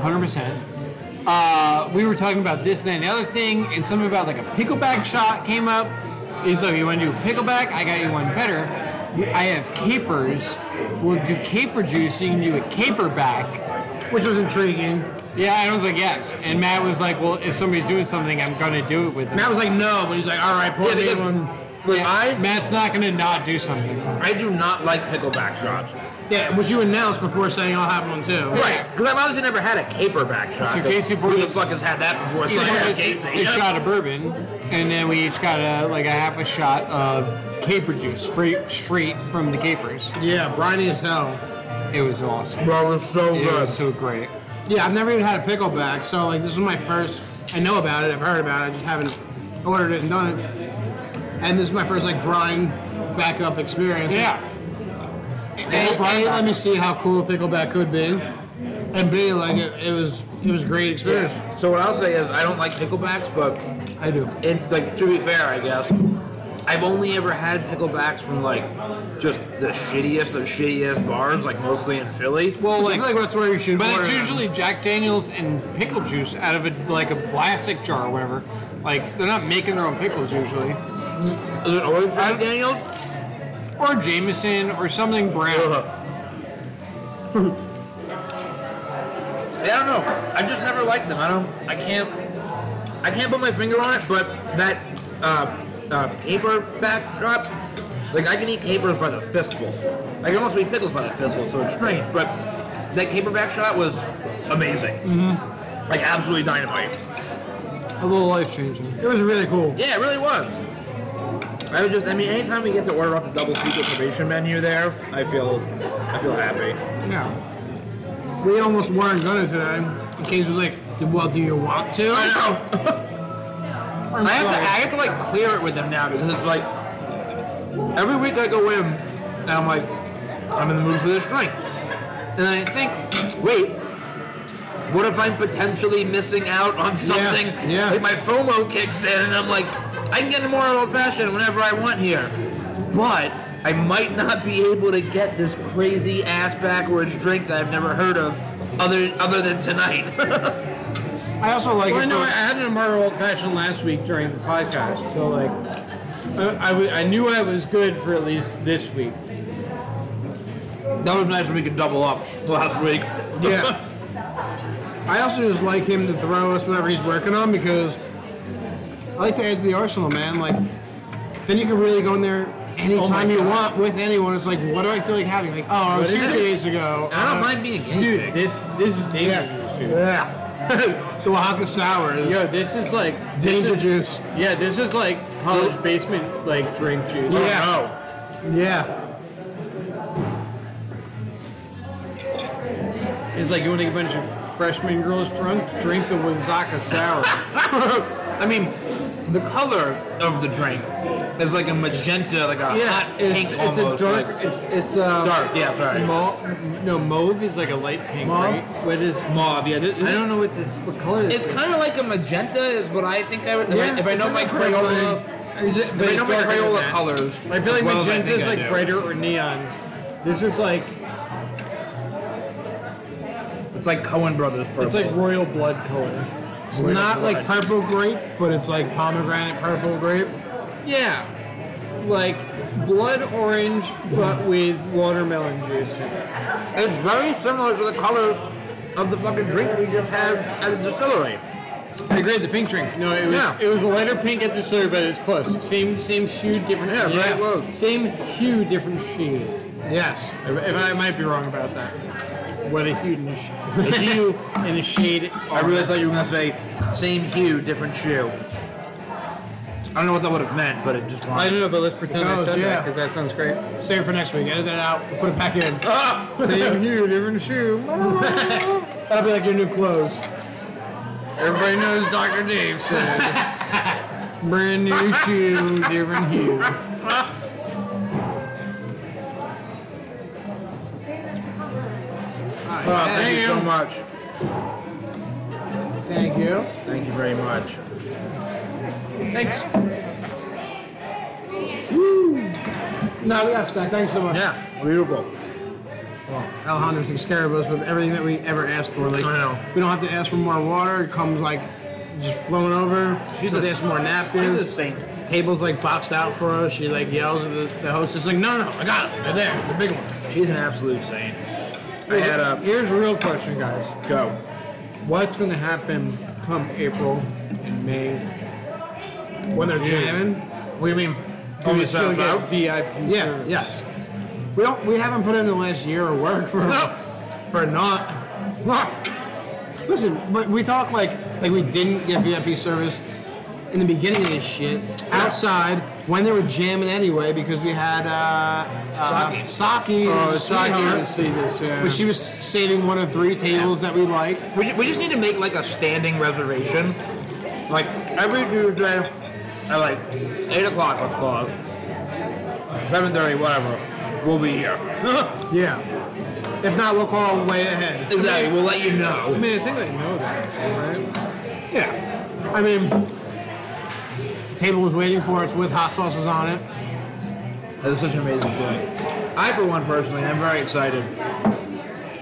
[SPEAKER 2] hundred percent. Uh, we were talking about this and that and the other thing, and something about like a pickleback shot came up. He's like, "You want to do pickleback? I got you one better. I have capers. We'll do caper juice. You can do a caper back."
[SPEAKER 3] Which was intriguing.
[SPEAKER 2] Yeah, and I was like, "Yes." And Matt was like, "Well, if somebody's doing something, I'm gonna do it with them."
[SPEAKER 3] Matt was like, no, but he's like, all right, pour
[SPEAKER 5] Yeah,
[SPEAKER 3] me
[SPEAKER 5] because-
[SPEAKER 3] one.
[SPEAKER 5] Look,
[SPEAKER 2] Yeah,
[SPEAKER 5] I
[SPEAKER 2] Matt's not gonna not do something.
[SPEAKER 5] I do not like pickleback shots.
[SPEAKER 3] Yeah, which you announced before saying I'll have one too.
[SPEAKER 5] Right, because I've obviously never had a caperback shot.
[SPEAKER 2] So
[SPEAKER 5] 'cause
[SPEAKER 2] Casey
[SPEAKER 5] who the
[SPEAKER 2] Borges-
[SPEAKER 5] fuck has had that before? It's
[SPEAKER 2] Each
[SPEAKER 5] like,
[SPEAKER 2] of
[SPEAKER 5] yeah,
[SPEAKER 2] us
[SPEAKER 5] Casey,
[SPEAKER 2] a
[SPEAKER 5] yeah.
[SPEAKER 2] shot of bourbon, and then we each got a like a half a shot of caper juice straight straight from the capers.
[SPEAKER 3] Yeah, briny as hell.
[SPEAKER 2] It was awesome.
[SPEAKER 5] Bro, it was so
[SPEAKER 2] It
[SPEAKER 5] good.
[SPEAKER 2] was so great.
[SPEAKER 3] Yeah, I've never even had a pickleback, so like this is my first. I know about it. I've heard about it. I just haven't ordered it and done it. And this is my first like brine backup experience. A, a, let me see how cool a pickleback could be, and B, like it, it was it was a great experience.
[SPEAKER 5] So what I'll say is I don't like picklebacks, but
[SPEAKER 3] I do.
[SPEAKER 5] and like to be fair, I guess I've only ever had picklebacks from like just the shittiest of shittiest bars, like mostly in Philly.
[SPEAKER 2] Well,
[SPEAKER 3] Well, like, I
[SPEAKER 2] like,
[SPEAKER 3] feel like that's where you should.
[SPEAKER 2] but
[SPEAKER 3] order
[SPEAKER 2] it's
[SPEAKER 3] them.
[SPEAKER 2] usually Jack Daniels and pickle juice out of a like a plastic jar or whatever. Like they're not making their own pickles usually,
[SPEAKER 5] Is it always Jack Daniels?
[SPEAKER 2] or Jameson or something brown.
[SPEAKER 5] Ugh. Yeah, I don't know. I just never liked them. I don't. I can't. I can't put my finger on it, but that uh, uh, paper backdrop, like I can eat capers by the fistful. I can almost eat pickles by the fistful, so it's strange. But that caper backdrop was amazing. Like absolutely dynamite.
[SPEAKER 2] A little life changing.
[SPEAKER 3] it was really cool.
[SPEAKER 5] Yeah, it really was. I would just. I mean, anytime we get to order off the double secret probation menu, there, I feel. I feel happy.
[SPEAKER 2] Yeah.
[SPEAKER 3] We almost weren't gonna today. And Case was like, "Well, do you want to?"
[SPEAKER 5] I know.
[SPEAKER 3] I'm
[SPEAKER 5] I have, to,
[SPEAKER 3] sorry.
[SPEAKER 5] I have to like clear it with them now because it's like every week I go in and I'm like, I'm in the mood for this drink. And then I think, wait, what if I'm potentially missing out on something?
[SPEAKER 3] yeah.
[SPEAKER 5] Like my FOMO kicks in and I'm like, I can get a more old fashioned whenever I want here. But I might not be able to get this crazy ass backwards drink that I've never heard of other other than tonight. *laughs*
[SPEAKER 3] I also like
[SPEAKER 2] Well,
[SPEAKER 3] it.
[SPEAKER 2] no,
[SPEAKER 3] for-
[SPEAKER 2] I had an Amaro old fashioned last week during the podcast, so like, I, I, w- I knew I was good for at least this week.
[SPEAKER 5] that was nice when we could double up last week.
[SPEAKER 3] Yeah. I also just like him to throw us whatever he's working on because I like to add to the arsenal, man. Like, then you can really go in there anytime you want with anyone. It's like, what do I feel like having? Like, oh, I was
[SPEAKER 2] What
[SPEAKER 3] here
[SPEAKER 2] is
[SPEAKER 3] two
[SPEAKER 2] it?
[SPEAKER 3] days ago.
[SPEAKER 5] I don't
[SPEAKER 3] Uh,
[SPEAKER 5] mind being a guinea
[SPEAKER 2] *laughs* Dude,
[SPEAKER 5] pig.
[SPEAKER 2] this this is danger juice, dude.
[SPEAKER 3] Yeah. *laughs* the Oaxaca sour
[SPEAKER 1] Oh,
[SPEAKER 3] is
[SPEAKER 2] Yo, this is like this
[SPEAKER 3] danger
[SPEAKER 2] is-
[SPEAKER 3] juice.
[SPEAKER 2] Yeah, this is like college basement like drink juice.
[SPEAKER 3] Yeah. Yeah.
[SPEAKER 2] It's like you want to get a bunch of freshman girls drunk, drink the Wazaka sour.
[SPEAKER 5] I mean, the color of the drink is like a magenta, like a hot
[SPEAKER 2] it's,
[SPEAKER 5] pink
[SPEAKER 2] it's a
[SPEAKER 5] almost.
[SPEAKER 2] dark.
[SPEAKER 5] like-
[SPEAKER 2] it's it's uh,
[SPEAKER 5] Dark, yeah, sorry.
[SPEAKER 2] Mauve, no, mauve is like a light pink,
[SPEAKER 3] Mauve?
[SPEAKER 2] right? What is?
[SPEAKER 5] mauve. Yeah, this,
[SPEAKER 2] I don't know what this what color
[SPEAKER 5] It's
[SPEAKER 2] this is.
[SPEAKER 5] kind of like a magenta, is what I think I would. If,
[SPEAKER 3] Yeah,
[SPEAKER 5] I, if I
[SPEAKER 3] it's
[SPEAKER 5] know
[SPEAKER 3] like
[SPEAKER 5] my
[SPEAKER 3] a purple
[SPEAKER 5] Crayola,
[SPEAKER 2] Is it-
[SPEAKER 5] if I
[SPEAKER 2] it's
[SPEAKER 5] know my
[SPEAKER 2] darker than
[SPEAKER 5] Crayola
[SPEAKER 2] that.
[SPEAKER 5] colors.
[SPEAKER 2] I feel like
[SPEAKER 5] as well as I
[SPEAKER 2] magenta is
[SPEAKER 5] think I
[SPEAKER 2] like
[SPEAKER 5] do.
[SPEAKER 2] brighter or neon. This is like
[SPEAKER 5] It's like Cohen Brothers purple.
[SPEAKER 2] it's like royal blood color.
[SPEAKER 3] It's not like purple grape, but it's like pomegranate purple grape.
[SPEAKER 2] Yeah, like blood orange, but with watermelon juice. In it.
[SPEAKER 5] It's very similar to the color of the fucking drink we just had at the distillery.
[SPEAKER 2] I agree. The pink drink. No, it was
[SPEAKER 5] Yeah.
[SPEAKER 2] it was a lighter pink at the start, but it's close. Same same shoe, different.
[SPEAKER 5] Yeah, very close.
[SPEAKER 2] Same hue, different shade.
[SPEAKER 3] Yes.
[SPEAKER 2] If, if I might be wrong about that. What a hue and a, sh- a hue and a shade.
[SPEAKER 5] I really thought you were gonna say same hue, different shoe. I don't know what that would have meant, but it just.
[SPEAKER 2] I don't know, but let's pretend I
[SPEAKER 3] Goes,
[SPEAKER 2] said
[SPEAKER 3] Oh, yeah.
[SPEAKER 2] that because that sounds great.
[SPEAKER 3] Save it for next week. Edit that out. Put it back in.
[SPEAKER 5] Ah!
[SPEAKER 2] Same hue, different
[SPEAKER 3] *laughs*
[SPEAKER 2] shoe.
[SPEAKER 3] That'll be like your new clothes.
[SPEAKER 2] Everybody knows Dr. Dave
[SPEAKER 3] *laughs*
[SPEAKER 2] says brand new shoe, different hue.
[SPEAKER 5] Oh, thank you
[SPEAKER 2] you.
[SPEAKER 5] so much.
[SPEAKER 3] Thank you.
[SPEAKER 5] Thank you very much.
[SPEAKER 2] Thanks.
[SPEAKER 3] No, we got a snack. Thanks so much.
[SPEAKER 5] Yeah, beautiful.
[SPEAKER 3] well, Alejandro's takes care of us with everything that we ever asked for. Like
[SPEAKER 1] I know.
[SPEAKER 3] we don't have to ask for more water; it comes like just flowing over.
[SPEAKER 1] She's
[SPEAKER 3] We
[SPEAKER 1] a-
[SPEAKER 3] ask for more napkins.
[SPEAKER 1] she's a saint.
[SPEAKER 3] Tables like boxed out for us. She like yells at the, the hostess like, "No, no, no, I got it. They're there. The big one."
[SPEAKER 1] She's an absolute saint. I had a
[SPEAKER 2] Here's a real question, guys.
[SPEAKER 1] go.
[SPEAKER 2] What's going to happen come April and May
[SPEAKER 3] When they're
[SPEAKER 2] Yeah.
[SPEAKER 3] jamming.
[SPEAKER 2] What do you mean?
[SPEAKER 3] Oh,
[SPEAKER 2] Do we
[SPEAKER 3] it's
[SPEAKER 2] still
[SPEAKER 3] out,
[SPEAKER 2] get
[SPEAKER 3] out?
[SPEAKER 2] VIP
[SPEAKER 3] Yeah.
[SPEAKER 2] service?
[SPEAKER 3] Yes. We don't. We haven't put in the last year of work for
[SPEAKER 2] No.
[SPEAKER 3] for not. Listen, but we talk like like we didn't get VIP service in the beginning of this shit outside when they were jamming anyway because we had uh, uh, Saki,
[SPEAKER 2] Oh,
[SPEAKER 3] who's a
[SPEAKER 2] it's not
[SPEAKER 3] sweetheart,
[SPEAKER 2] hard to see this. Yeah.
[SPEAKER 3] but she was saving one of three tables that we liked.
[SPEAKER 1] We, we just need to make like a standing reservation, like every Tuesday at like eight o'clock. Let's call it seven thirty, whatever. We'll be here.
[SPEAKER 3] Yeah. If not, we'll call way ahead.
[SPEAKER 1] exactly. We'll let you
[SPEAKER 2] I
[SPEAKER 1] know.
[SPEAKER 2] mean, I think I know that, right?
[SPEAKER 1] Yeah.
[SPEAKER 3] I mean, the table was waiting for us with hot sauces on it.
[SPEAKER 1] That's such an amazing feeling. I, for one, personally, am very excited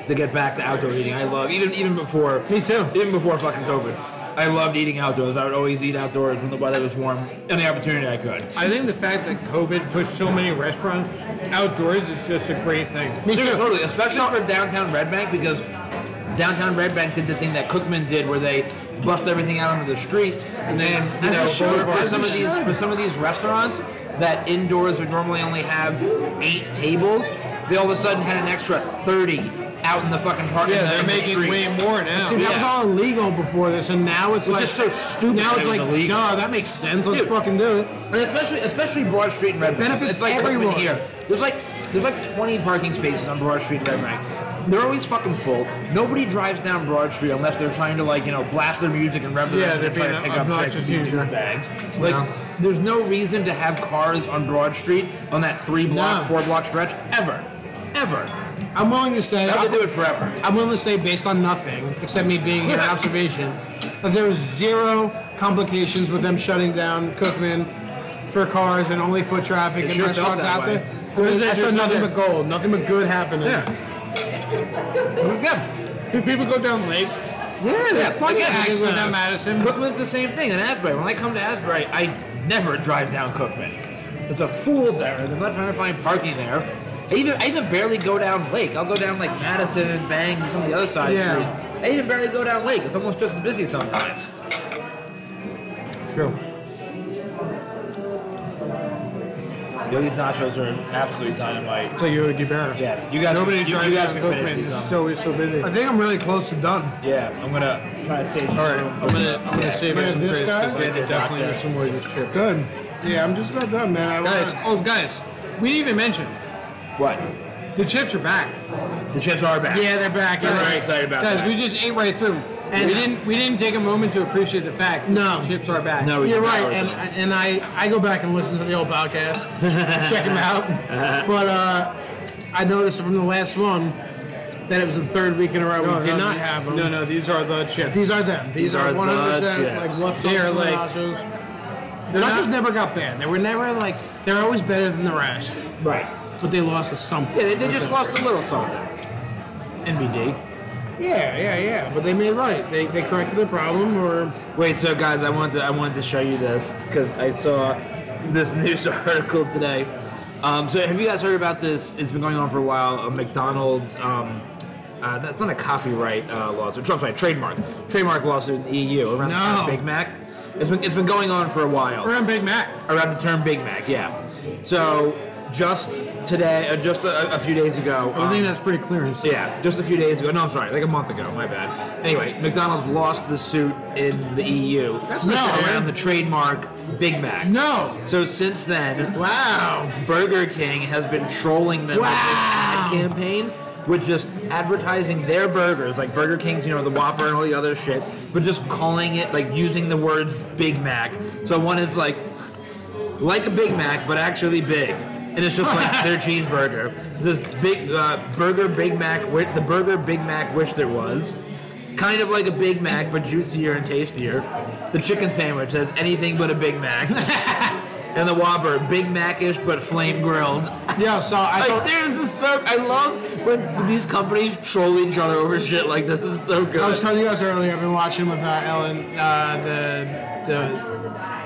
[SPEAKER 1] to get back to outdoor eating. I love even even before
[SPEAKER 3] Me too.
[SPEAKER 1] even before fucking COVID. I loved eating outdoors. I would always eat outdoors when the weather was warm and the opportunity I could.
[SPEAKER 2] I think the fact that COVID pushed so many restaurants outdoors is just a great thing.
[SPEAKER 3] Me
[SPEAKER 1] Dude,
[SPEAKER 3] too.
[SPEAKER 1] totally, especially for downtown Red Bank because downtown Red Bank did the thing that Cookman did, where they bust everything out onto the streets, and then you
[SPEAKER 3] As
[SPEAKER 1] know
[SPEAKER 3] they should,
[SPEAKER 1] for, for
[SPEAKER 3] as
[SPEAKER 1] some
[SPEAKER 3] they
[SPEAKER 1] of these
[SPEAKER 3] should.
[SPEAKER 1] for some of these restaurants that indoors would normally only have eight tables, they all of a sudden had an extra thirty out in the fucking parking. lot in the street.
[SPEAKER 2] more
[SPEAKER 3] See, that was
[SPEAKER 1] Yeah.
[SPEAKER 3] all illegal before this, and now it's like
[SPEAKER 1] just so stupid
[SPEAKER 3] Now
[SPEAKER 1] that
[SPEAKER 3] it's
[SPEAKER 1] it was
[SPEAKER 3] like,
[SPEAKER 1] illegal.
[SPEAKER 3] duh, that makes sense. Let's
[SPEAKER 1] Dude.
[SPEAKER 3] fucking do it.
[SPEAKER 1] And especially especially Broad Street and Red Bank.
[SPEAKER 3] Benefits
[SPEAKER 1] it's like
[SPEAKER 3] everyone.
[SPEAKER 1] Cookman here. There's like there's like 20 parking spaces on Broad Street and Red Bank. They're always fucking full. Nobody drives down Broad Street unless they're trying to like you know blast their music and rev their
[SPEAKER 2] Yeah,
[SPEAKER 1] engine and
[SPEAKER 2] they're
[SPEAKER 1] try to
[SPEAKER 2] being
[SPEAKER 1] pick up chicks
[SPEAKER 2] obnoxious
[SPEAKER 1] and be
[SPEAKER 2] user.
[SPEAKER 1] douchebags. Like
[SPEAKER 3] No.
[SPEAKER 1] there's no reason to have cars on Broad Street on that three block
[SPEAKER 3] No.
[SPEAKER 1] four block stretch ever, ever.
[SPEAKER 3] I'm willing to say,
[SPEAKER 1] That would do
[SPEAKER 3] I'm,
[SPEAKER 1] it forever.
[SPEAKER 3] willing to say, based on nothing except me being here,
[SPEAKER 1] Yeah.
[SPEAKER 3] observation, that there was zero complications with them shutting down Cookman for cars and only foot
[SPEAKER 1] It
[SPEAKER 3] traffic and
[SPEAKER 1] sure felt
[SPEAKER 3] restaurants
[SPEAKER 1] that
[SPEAKER 3] out
[SPEAKER 1] way.
[SPEAKER 3] there. I mean, I saw nothing but gold, nothing but good happening.
[SPEAKER 1] Yeah,
[SPEAKER 2] Do people go down Lake?
[SPEAKER 3] yeah,
[SPEAKER 1] yeah.
[SPEAKER 3] there's plenty
[SPEAKER 1] Again,
[SPEAKER 3] of things
[SPEAKER 2] Axel
[SPEAKER 3] that
[SPEAKER 2] down
[SPEAKER 3] matter.
[SPEAKER 2] Madison.
[SPEAKER 1] Cookman's the same thing in Asbury. When I come to Asbury, I never drive down Cookman. It's a fool's errand. I'm not trying to find parking there. I even, I even barely go down Lake. I'll go down like Madison and Bangs and some of the other side
[SPEAKER 3] Yeah.
[SPEAKER 1] streets. I even barely go down Lake. It's almost just as busy sometimes.
[SPEAKER 2] True.
[SPEAKER 1] Yo, these nachos are absolute dynamite.
[SPEAKER 2] It's like Yogi Berra.
[SPEAKER 1] Yeah, you guys,
[SPEAKER 2] Nobody
[SPEAKER 1] you,
[SPEAKER 2] drives
[SPEAKER 1] you guys
[SPEAKER 2] down
[SPEAKER 1] can finish
[SPEAKER 2] Cookman.
[SPEAKER 1] these.
[SPEAKER 2] It's
[SPEAKER 1] um,
[SPEAKER 2] so it's so busy.
[SPEAKER 3] I think I'm really close to done.
[SPEAKER 1] yeah, I'm gonna try to save. All right,
[SPEAKER 2] I'm gonna I'm gonna save
[SPEAKER 3] Yeah,
[SPEAKER 2] us some
[SPEAKER 3] this
[SPEAKER 2] grace
[SPEAKER 3] guy?
[SPEAKER 2] because I
[SPEAKER 1] Yeah, the
[SPEAKER 2] definitely
[SPEAKER 1] doctor.
[SPEAKER 2] need some more of this shit.
[SPEAKER 3] Good. Yeah, I'm just about done, man. I
[SPEAKER 2] Guys,
[SPEAKER 3] wanna-
[SPEAKER 2] oh guys, we didn't even mention
[SPEAKER 1] What?
[SPEAKER 2] the chips are back.
[SPEAKER 1] The chips are back.
[SPEAKER 3] yeah, they're back.
[SPEAKER 1] I'm
[SPEAKER 3] You're
[SPEAKER 1] very
[SPEAKER 3] right.
[SPEAKER 1] excited about
[SPEAKER 2] Guys,
[SPEAKER 1] that.
[SPEAKER 2] we just ate right through.
[SPEAKER 3] And-
[SPEAKER 2] we didn't we didn't take a moment to appreciate the fact that
[SPEAKER 3] No.
[SPEAKER 2] the chips are back.
[SPEAKER 1] No, we
[SPEAKER 3] You're
[SPEAKER 1] did
[SPEAKER 3] right,
[SPEAKER 1] not order
[SPEAKER 3] and
[SPEAKER 1] them.
[SPEAKER 3] and I, I go back and listen to the old
[SPEAKER 2] *laughs*
[SPEAKER 3] podcast, check them out. But uh, I noticed from the last one that it was the third week in a row we did not have them.
[SPEAKER 2] No, no, these are the chips.
[SPEAKER 3] These are them. These,
[SPEAKER 1] These
[SPEAKER 3] are
[SPEAKER 1] are the
[SPEAKER 3] 100 percent
[SPEAKER 1] chips.
[SPEAKER 3] like what's
[SPEAKER 2] They
[SPEAKER 3] up
[SPEAKER 2] are
[SPEAKER 3] with
[SPEAKER 2] like-
[SPEAKER 3] nachos.
[SPEAKER 2] They're
[SPEAKER 3] nachos
[SPEAKER 2] not-
[SPEAKER 3] never got bad. They were never like they're always better than the rest,
[SPEAKER 1] right.
[SPEAKER 3] but they lost to something.
[SPEAKER 1] Yeah, they, they just lost a little something. NBD.
[SPEAKER 3] Yeah, yeah, yeah. But they made right. They they corrected the problem or
[SPEAKER 1] Wait, so guys, I wanted to, I wanted to show you this because I saw this *laughs* news article today. Um, so have you guys heard about this? It's been going on for a while. A McDonald's. Um, uh, that's not a copyright uh, lawsuit. I'm sorry, trademark trademark lawsuit in the EU around the
[SPEAKER 3] No.
[SPEAKER 1] term Big Mac. It's been it's been going on for a while
[SPEAKER 3] around Big Mac.
[SPEAKER 1] around the term Big Mac. Yeah. So just today, uh, just a, a few days ago,
[SPEAKER 2] I
[SPEAKER 1] um,
[SPEAKER 2] think that's pretty clearance.
[SPEAKER 1] yeah, just a few days ago. No, I'm sorry, like a month ago. My bad. Anyway, McDonald's lost the suit in the EU
[SPEAKER 3] That's not fair.
[SPEAKER 1] around the trademark Big Mac.
[SPEAKER 3] No.
[SPEAKER 1] So since then,
[SPEAKER 3] Wow.
[SPEAKER 1] Burger King has been trolling them with this ad campaign with just advertising their burgers, like Burger King's, you know, the Whopper and all the other shit, but just calling it like using the words Big Mac. So one is like like a Big Mac, but actually big. And it's just like their cheeseburger. This big uh, burger Big Mac, wi- the burger Big Mac wish there was. Kind of like a Big Mac, but juicier and tastier. The chicken sandwich has anything but a Big Mac. and the Whopper, Big Mac ish, but flame grilled. *laughs*
[SPEAKER 3] Yeah. So I
[SPEAKER 1] Like,
[SPEAKER 3] thought
[SPEAKER 1] there's a so I love when these companies troll each other over shit like this is so good.
[SPEAKER 3] I was telling you guys earlier, I've been watching with uh, Ellen uh, the the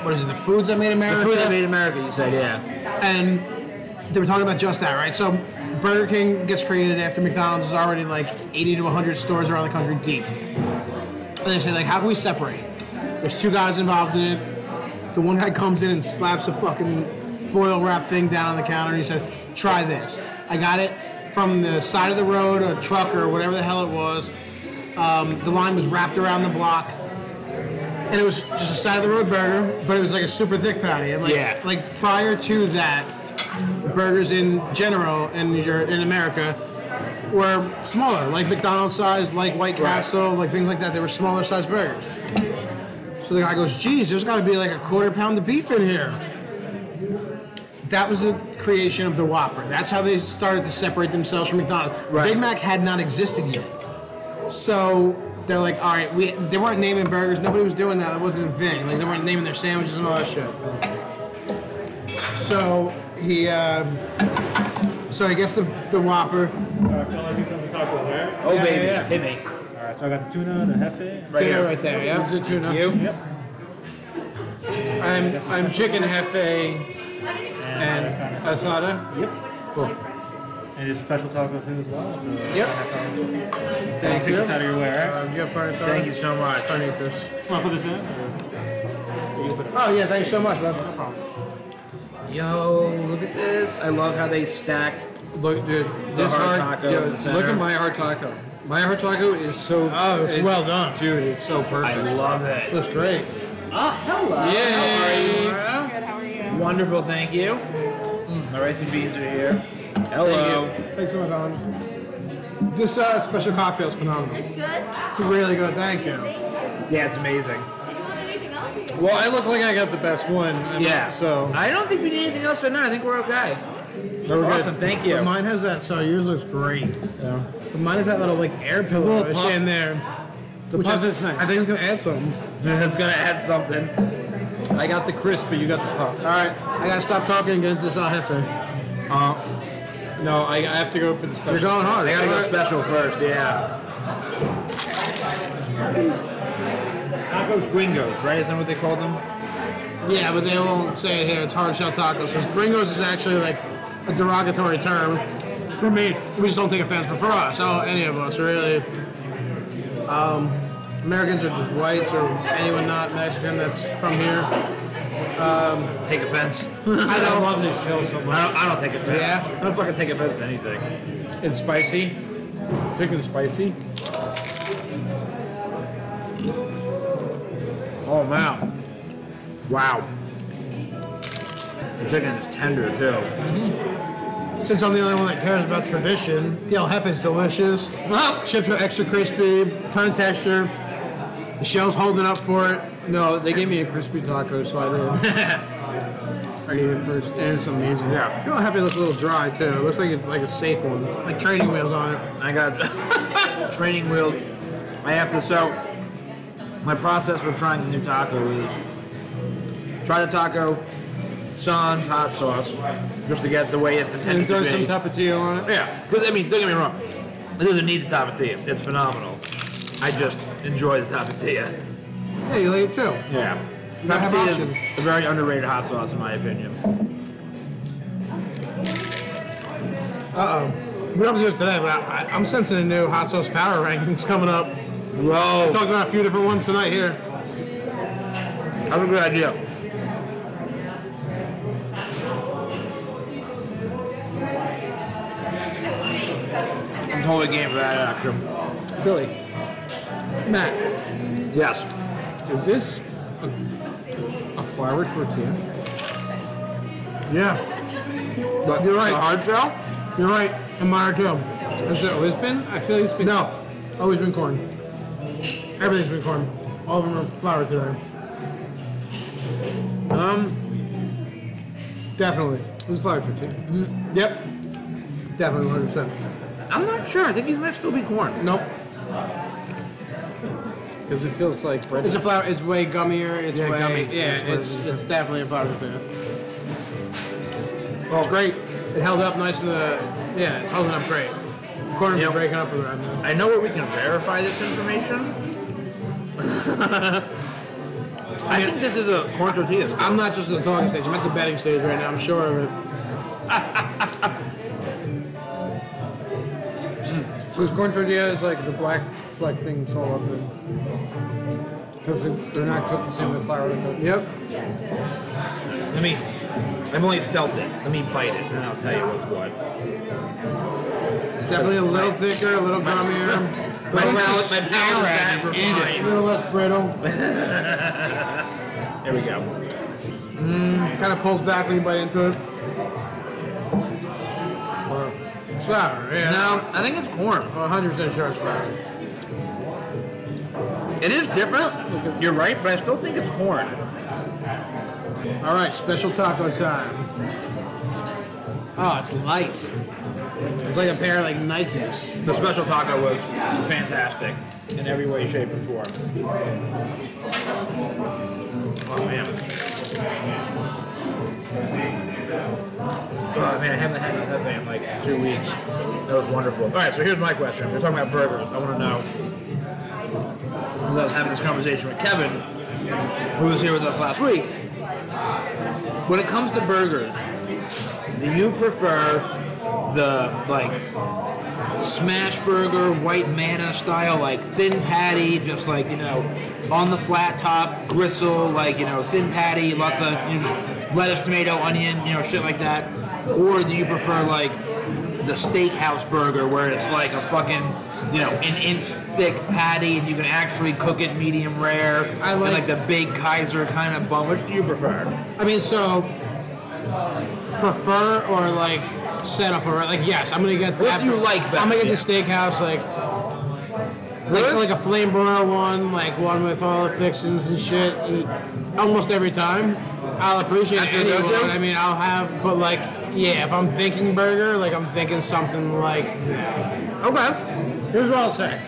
[SPEAKER 3] what is it? The foods that made America.
[SPEAKER 1] the food that made America, you said, yeah.
[SPEAKER 3] and they were talking about just that, right? So Burger King gets created after McDonald's is already like 80 to 100 stores around the country deep. And they say like, how can we separate? There's two guys involved in it. The one guy comes in and slaps a fucking foil wrap thing down on the counter. And he said, "Try this. I got it from the side of the road, a truck or whatever the hell it was. Um, the line was wrapped around the block." And it was just a side of the road burger, but it was like a super thick patty. And like,
[SPEAKER 1] Yeah.
[SPEAKER 3] like prior to that, burgers in general in New Jer- in America were smaller, like McDonald's size, like White Castle, like things like that. They were smaller sized burgers. So the guy goes, "Geez, there's got to be like a quarter pound of beef in here." That was the creation of the Whopper. That's how they started to separate themselves from McDonald's.
[SPEAKER 1] Right.
[SPEAKER 3] Big Mac had not existed yet, so they're like, "All right, we they weren't naming burgers. Nobody was doing that. That wasn't a thing. Like they weren't naming their sandwiches and all that shit." So he, uh, so I guess the the Whopper.
[SPEAKER 6] Alright, fellas, here comes the taco, alright?
[SPEAKER 1] Oh
[SPEAKER 3] Yeah,
[SPEAKER 1] baby,
[SPEAKER 3] yeah,
[SPEAKER 1] hit me.
[SPEAKER 6] Alright, so I got the tuna, the hefe.
[SPEAKER 1] Right
[SPEAKER 3] Yeah,
[SPEAKER 1] here.
[SPEAKER 3] right there. Yeah.
[SPEAKER 1] You?
[SPEAKER 6] Yep.
[SPEAKER 2] I'm I'm chicken hefe and asada.
[SPEAKER 6] Yep. And your special taco too as well. The
[SPEAKER 3] Yep.
[SPEAKER 6] half
[SPEAKER 2] Thank
[SPEAKER 6] Take
[SPEAKER 2] you.
[SPEAKER 6] this out of your way, alright?
[SPEAKER 3] Um, do you have fire starter?
[SPEAKER 1] Thank you so much.
[SPEAKER 6] Wanna put this in? Or you can put it.
[SPEAKER 3] Oh yeah, thanks so much, man.
[SPEAKER 1] Yo, look at this. I love how they stacked.
[SPEAKER 2] Look, dude, this
[SPEAKER 1] hard
[SPEAKER 2] hard,
[SPEAKER 1] taco
[SPEAKER 2] yo,
[SPEAKER 1] in the
[SPEAKER 2] look
[SPEAKER 1] center.
[SPEAKER 2] at my hard taco. My hard taco is so.
[SPEAKER 3] Oh, it's well done.
[SPEAKER 2] dude. It's so
[SPEAKER 1] I
[SPEAKER 2] perfect.
[SPEAKER 1] love it.
[SPEAKER 3] Looks great. Ah,
[SPEAKER 2] Yay!
[SPEAKER 5] Good, how are you?
[SPEAKER 1] Wonderful, thank you. Mm, the rice and beans are here. Hello.
[SPEAKER 3] Thanks so much, Alan. This uh, special cocktail is phenomenal.
[SPEAKER 4] It's good. Thank
[SPEAKER 3] It's really good. Thank you.
[SPEAKER 4] you.
[SPEAKER 1] Yeah, it's amazing.
[SPEAKER 4] Did you want anything else? Or you
[SPEAKER 2] Well, I look like I got the best one. I mean,
[SPEAKER 1] Yeah.
[SPEAKER 2] So
[SPEAKER 1] I don't think we need anything else for now. I think we're okay.
[SPEAKER 2] we're good.
[SPEAKER 1] awesome. Thank *laughs* you.
[SPEAKER 3] Mine has that. So yours looks great.
[SPEAKER 2] Yeah.
[SPEAKER 3] But mine has that little like air pillow
[SPEAKER 2] Little
[SPEAKER 3] that's
[SPEAKER 2] puff.
[SPEAKER 3] in there.
[SPEAKER 2] The
[SPEAKER 3] which I-
[SPEAKER 2] puff is nice.
[SPEAKER 3] I think it's gonna add something.
[SPEAKER 1] That's gonna add something.
[SPEAKER 2] I got the crisp, but you got the puff.
[SPEAKER 3] All right, I gotta stop talking and get into this al jefe. Uh,
[SPEAKER 2] No, I, I have to go for the
[SPEAKER 3] You're
[SPEAKER 2] special.
[SPEAKER 3] going hard.
[SPEAKER 1] I gotta
[SPEAKER 3] All
[SPEAKER 1] go
[SPEAKER 3] right.
[SPEAKER 1] special first. Yeah. Tacos gringos, right? Is that what they called them?
[SPEAKER 3] Yeah, but they won't say it here. It's hard shell tacos. Because gringos is actually like a derogatory term. For me, we just don't take offense, but for us, all, any of us, really. Um, Americans are just whites or anyone not Mexican that's from here.
[SPEAKER 1] Take offense.
[SPEAKER 3] I
[SPEAKER 2] I
[SPEAKER 3] don't.
[SPEAKER 2] love this show so much.
[SPEAKER 1] I don't, I don't take offense.
[SPEAKER 3] Yeah?
[SPEAKER 1] I don't fucking take offense to anything.
[SPEAKER 2] It's spicy, particularly spicy.
[SPEAKER 1] Oh wow. Wow. The chicken is tender too.
[SPEAKER 3] Since I'm the only one that cares about tradition, the El Jefe is delicious. Chips are extra crispy, ton of texture. The shell's holding up for it.
[SPEAKER 2] No, they gave me a crispy taco, so I did.
[SPEAKER 3] *laughs*
[SPEAKER 2] I gave it first, and it's amazing.
[SPEAKER 3] Yeah. El Jefe looks a little dry too. It looks like it's like a safe one, like training wheels on it.
[SPEAKER 1] I got *laughs* training wheels. I have to so my process for trying the new taco is try the taco, sans hot sauce, just to get the way it's
[SPEAKER 2] And
[SPEAKER 1] intended
[SPEAKER 2] throw
[SPEAKER 1] to
[SPEAKER 2] some
[SPEAKER 1] be.
[SPEAKER 2] tapatio on it.
[SPEAKER 1] yeah, because I mean, don't get me wrong, it doesn't need the tapatio. It's phenomenal. I just enjoy the tapatio.
[SPEAKER 3] Yeah, you like it too.
[SPEAKER 1] Yeah,
[SPEAKER 3] Gotta have
[SPEAKER 1] tapatio
[SPEAKER 3] options.
[SPEAKER 1] is a very underrated hot sauce in my opinion.
[SPEAKER 3] We don't have to do it today, but I, I, I'm sensing a new hot sauce power rankings coming up.
[SPEAKER 1] Whoa,
[SPEAKER 3] Talking about a few different ones tonight here.
[SPEAKER 1] that's a good idea. I'm totally game for that action.
[SPEAKER 2] Billy, Matt,
[SPEAKER 1] Yes.
[SPEAKER 2] is this a, a flour tortilla?
[SPEAKER 3] Yeah,
[SPEAKER 1] But
[SPEAKER 3] You're right.
[SPEAKER 1] The hard shell?
[SPEAKER 3] you're right. And mine are too.
[SPEAKER 2] Has it always been? I feel like it's been.
[SPEAKER 3] No, always been corn. Everything's been corn. All of them are flour today.
[SPEAKER 1] Um,
[SPEAKER 3] Definitely. Mm-hmm.
[SPEAKER 2] It's flour tortilla.
[SPEAKER 3] Yep. Definitely 100%.
[SPEAKER 1] I'm not sure. I think these might still be corn.
[SPEAKER 3] Nope.
[SPEAKER 2] Because it feels like bread.
[SPEAKER 3] It's a flour. It's way gummier. It's
[SPEAKER 1] Yeah,
[SPEAKER 3] way
[SPEAKER 1] gummy.
[SPEAKER 3] yeah.
[SPEAKER 1] That's what
[SPEAKER 3] It's,
[SPEAKER 1] it
[SPEAKER 3] it's definitely a flour potato. Well, it's great. It held up nice in the yeah. It's holding up great. Corners
[SPEAKER 1] Yeah.
[SPEAKER 3] are breaking up around now.
[SPEAKER 1] I know where we can verify this information. *laughs* I think this is a corn tortilla. store.
[SPEAKER 3] I'm not just at the talking stage. I'm at the betting stage right now. I'm
[SPEAKER 2] *laughs*
[SPEAKER 3] sure of it.
[SPEAKER 2] Because corn tortilla is like the black fleck thing that's all up there. Because they're not cooked the same with flour.
[SPEAKER 3] Yep.
[SPEAKER 1] Let me. I've only felt it. Let me bite it, and I'll tell you what's what.
[SPEAKER 3] It's definitely a little thicker, a little gummier, a
[SPEAKER 1] My
[SPEAKER 3] little
[SPEAKER 1] palate, my
[SPEAKER 3] less,
[SPEAKER 1] palate bad
[SPEAKER 3] a
[SPEAKER 1] refined.
[SPEAKER 3] little less brittle.
[SPEAKER 1] There we go.
[SPEAKER 3] Kind of pulls back when you bite into it. Flour, yeah.
[SPEAKER 1] No, I think it's corn.
[SPEAKER 3] Well, 100% sure it's flour.
[SPEAKER 1] It is different. You're right, but I still think it's corn.
[SPEAKER 3] All right, special taco time. Oh, it's light. It's like a pair of like Nikes.
[SPEAKER 1] The special taco was fantastic in every way, shape, and form. Oh man. Oh man, I haven't had that thing in like two weeks. That was wonderful. All right, so here's my question. We're talking about burgers. I want to know. because I was having this conversation with Kevin, who was here with us last week. When it comes to burgers, do you prefer the like smash burger, white manna style, like thin patty, just like, you know, on the flat top, gristle, like, you know, thin patty, lots of you know, just lettuce, tomato, onion, you know, shit like that? Or do you prefer, like, the steakhouse burger where it's like a fucking, you know, an inch thick patty and you can actually cook it medium rare?
[SPEAKER 3] I
[SPEAKER 1] and,
[SPEAKER 3] like-
[SPEAKER 1] like the big Kaiser kind of bun. Which do you prefer?
[SPEAKER 3] I mean, so prefer or like set up or like yes, I'm gonna get.
[SPEAKER 1] What
[SPEAKER 3] that-
[SPEAKER 1] do you like better?
[SPEAKER 3] I'm gonna get the steakhouse like. Like, like a flame broil one, like one with all the fixings and shit. and Almost every time, I'll appreciate
[SPEAKER 1] After
[SPEAKER 3] any
[SPEAKER 1] the
[SPEAKER 3] one.
[SPEAKER 1] other?
[SPEAKER 3] I mean, I'll have, but like, yeah, if I'm thinking burger, like I'm thinking something like that.
[SPEAKER 1] Okay.
[SPEAKER 2] Here's what I'll say.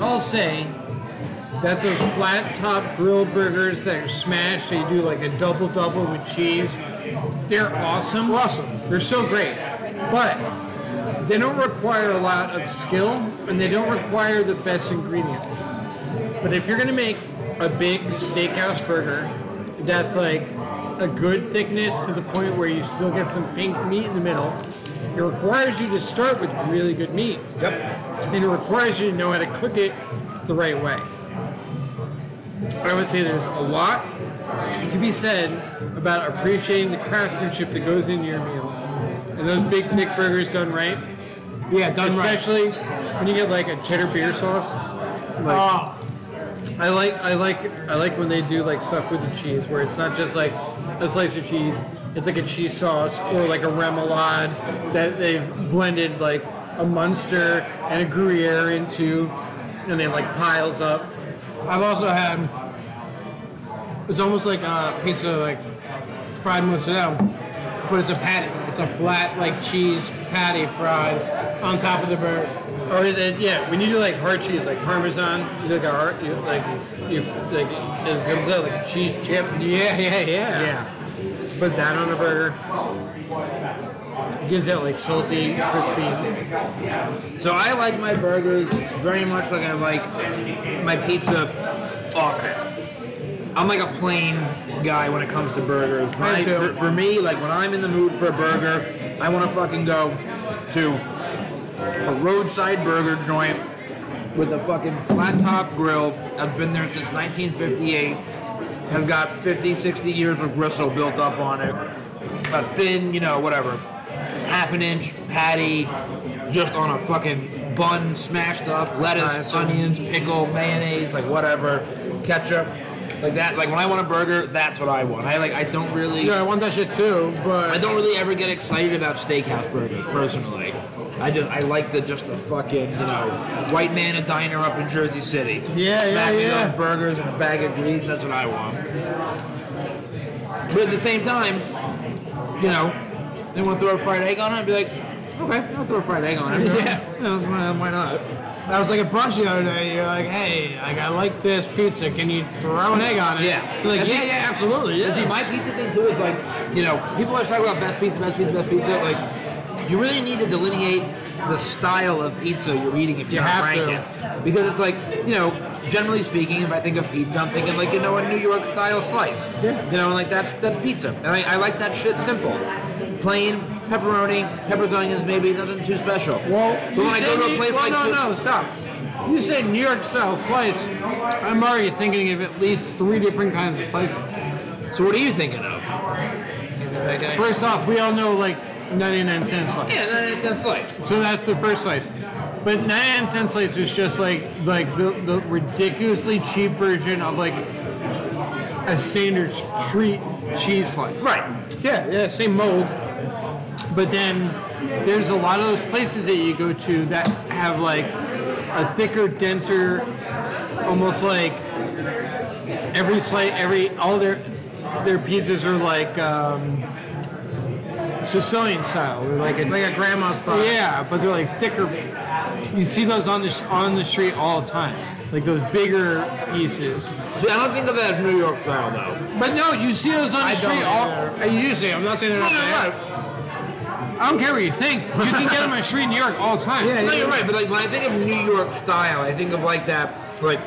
[SPEAKER 2] I'll say that those flat top grilled burgers that are smashed, they do like a double double with cheese. They're awesome.
[SPEAKER 3] Awesome.
[SPEAKER 2] They're so great. But they don't require a lot of skill and they don't require the best ingredients. But if you're gonna make a big steakhouse burger that's like a good thickness to the point where you still get some pink meat in the middle, it requires you to start with really good meat. Yep. And it requires you to know how to cook it the right way. I would say there's a lot to be said about appreciating the craftsmanship that goes into your meal. And those big thick burgers done right.
[SPEAKER 3] Yeah, done right.
[SPEAKER 2] Especially when you get like a cheddar beer sauce.
[SPEAKER 3] Oh,
[SPEAKER 2] I like I like I like when they do like stuff with the cheese where it's not just like a slice of cheese, it's like a cheese sauce or like a remoulade that they've blended like a Munster and a Gruyere into and they like piles up.
[SPEAKER 3] I've also had. It's almost like a pizza, like fried mozzarella, but it's a patty. It's a flat, like cheese patty fried on top of the burger.
[SPEAKER 2] Or that yeah, when you do like hard cheese like parmesan, you do like a hard you like you like it comes out like a cheese chip.
[SPEAKER 3] Yeah, yeah, yeah.
[SPEAKER 2] Yeah. Put that on a burger. Gives it like salty, crispy.
[SPEAKER 1] So I like my burgers very much like I like my pizza often. I'm like a plain guy when it comes to burgers. When I-
[SPEAKER 3] too.
[SPEAKER 1] for, for me, like when I'm in the mood for a burger, I want to fucking go to a roadside burger joint with a fucking flat top grill. I've been there since 1958. Has got 50, 60 years of gristle built up on it. A thin, you know, whatever, half an inch patty, just on a fucking bun, smashed up, lettuce, onions, pickle, mayonnaise, like whatever, ketchup, like that. Like when I want a burger, that's what I want. I like. I don't really.
[SPEAKER 3] Yeah, I want that shit too,
[SPEAKER 1] I
[SPEAKER 3] but
[SPEAKER 1] don't really ever get excited about steakhouse burgers personally. I just I like the just the fucking you know white man a diner up in Jersey City.
[SPEAKER 3] Yeah, yeah,
[SPEAKER 1] Smack me
[SPEAKER 3] yeah.
[SPEAKER 1] up burgers and a bag of grease. That's what I want. But at the same time, you know, they want to throw a fried egg on it. I'd be like, okay, I'll throw a fried egg on it.
[SPEAKER 3] Yeah.
[SPEAKER 1] You know, why why not?
[SPEAKER 3] I was like at brunch the other day. You're like, hey, like I like this pizza. Can you throw an egg on it?
[SPEAKER 1] Yeah.
[SPEAKER 3] You're like
[SPEAKER 1] That's
[SPEAKER 3] yeah,
[SPEAKER 1] it.
[SPEAKER 3] yeah, absolutely.
[SPEAKER 1] You
[SPEAKER 3] Yeah.
[SPEAKER 1] see, my pizza thing too is like, you know, people always talk about best pizza, best pizza, best pizza. Like, you really need to delineate the style of pizza you're eating if
[SPEAKER 3] You
[SPEAKER 1] you're not
[SPEAKER 3] have
[SPEAKER 1] ranking.
[SPEAKER 3] to.
[SPEAKER 1] it. Because it's like, you know, generally speaking, if I think of pizza, I'm thinking like, you know, a New York style slice. Yeah. You know, like that's that's pizza. And I, I like that shit simple. Plain, pepperoni, peppers, onions, maybe, nothing too special.
[SPEAKER 2] Well,
[SPEAKER 1] but
[SPEAKER 2] you
[SPEAKER 1] when I
[SPEAKER 2] said
[SPEAKER 1] go to a
[SPEAKER 2] New-
[SPEAKER 1] place
[SPEAKER 2] well,
[SPEAKER 1] like
[SPEAKER 2] no,
[SPEAKER 1] Tut-
[SPEAKER 2] no, stop. You said New York style slice. I'm already thinking of at least three different kinds of slices.
[SPEAKER 1] So what are you thinking of?
[SPEAKER 2] First off, we all know like 99 cent slice.
[SPEAKER 1] Yeah, that, that's slice.
[SPEAKER 2] So that's the first slice. But 99 cent slice is just like like the, the ridiculously cheap version of like a standard street cheese slice.
[SPEAKER 1] Right.
[SPEAKER 3] Yeah, yeah, same mold.
[SPEAKER 2] But then there's a lot of those places that you go to that have like a thicker, denser, almost like every slice, every all their their pizzas are like um, Sicilian style, or like a
[SPEAKER 3] Like a grandma's pie.
[SPEAKER 2] yeah, but they're like thicker. You see those on the sh- on the street all the time, like those bigger pieces.
[SPEAKER 1] See, I don't think of that as New York style though.
[SPEAKER 2] But no, you see those on the
[SPEAKER 3] I don't
[SPEAKER 2] street all. Uh,
[SPEAKER 3] either. And you say I'm not saying they're not bad.
[SPEAKER 2] I don't care what you think. You can get them on the street in New York all the time.
[SPEAKER 3] *laughs* Yeah,
[SPEAKER 1] No, you're right. But like when I think of New York style, I think of like that, like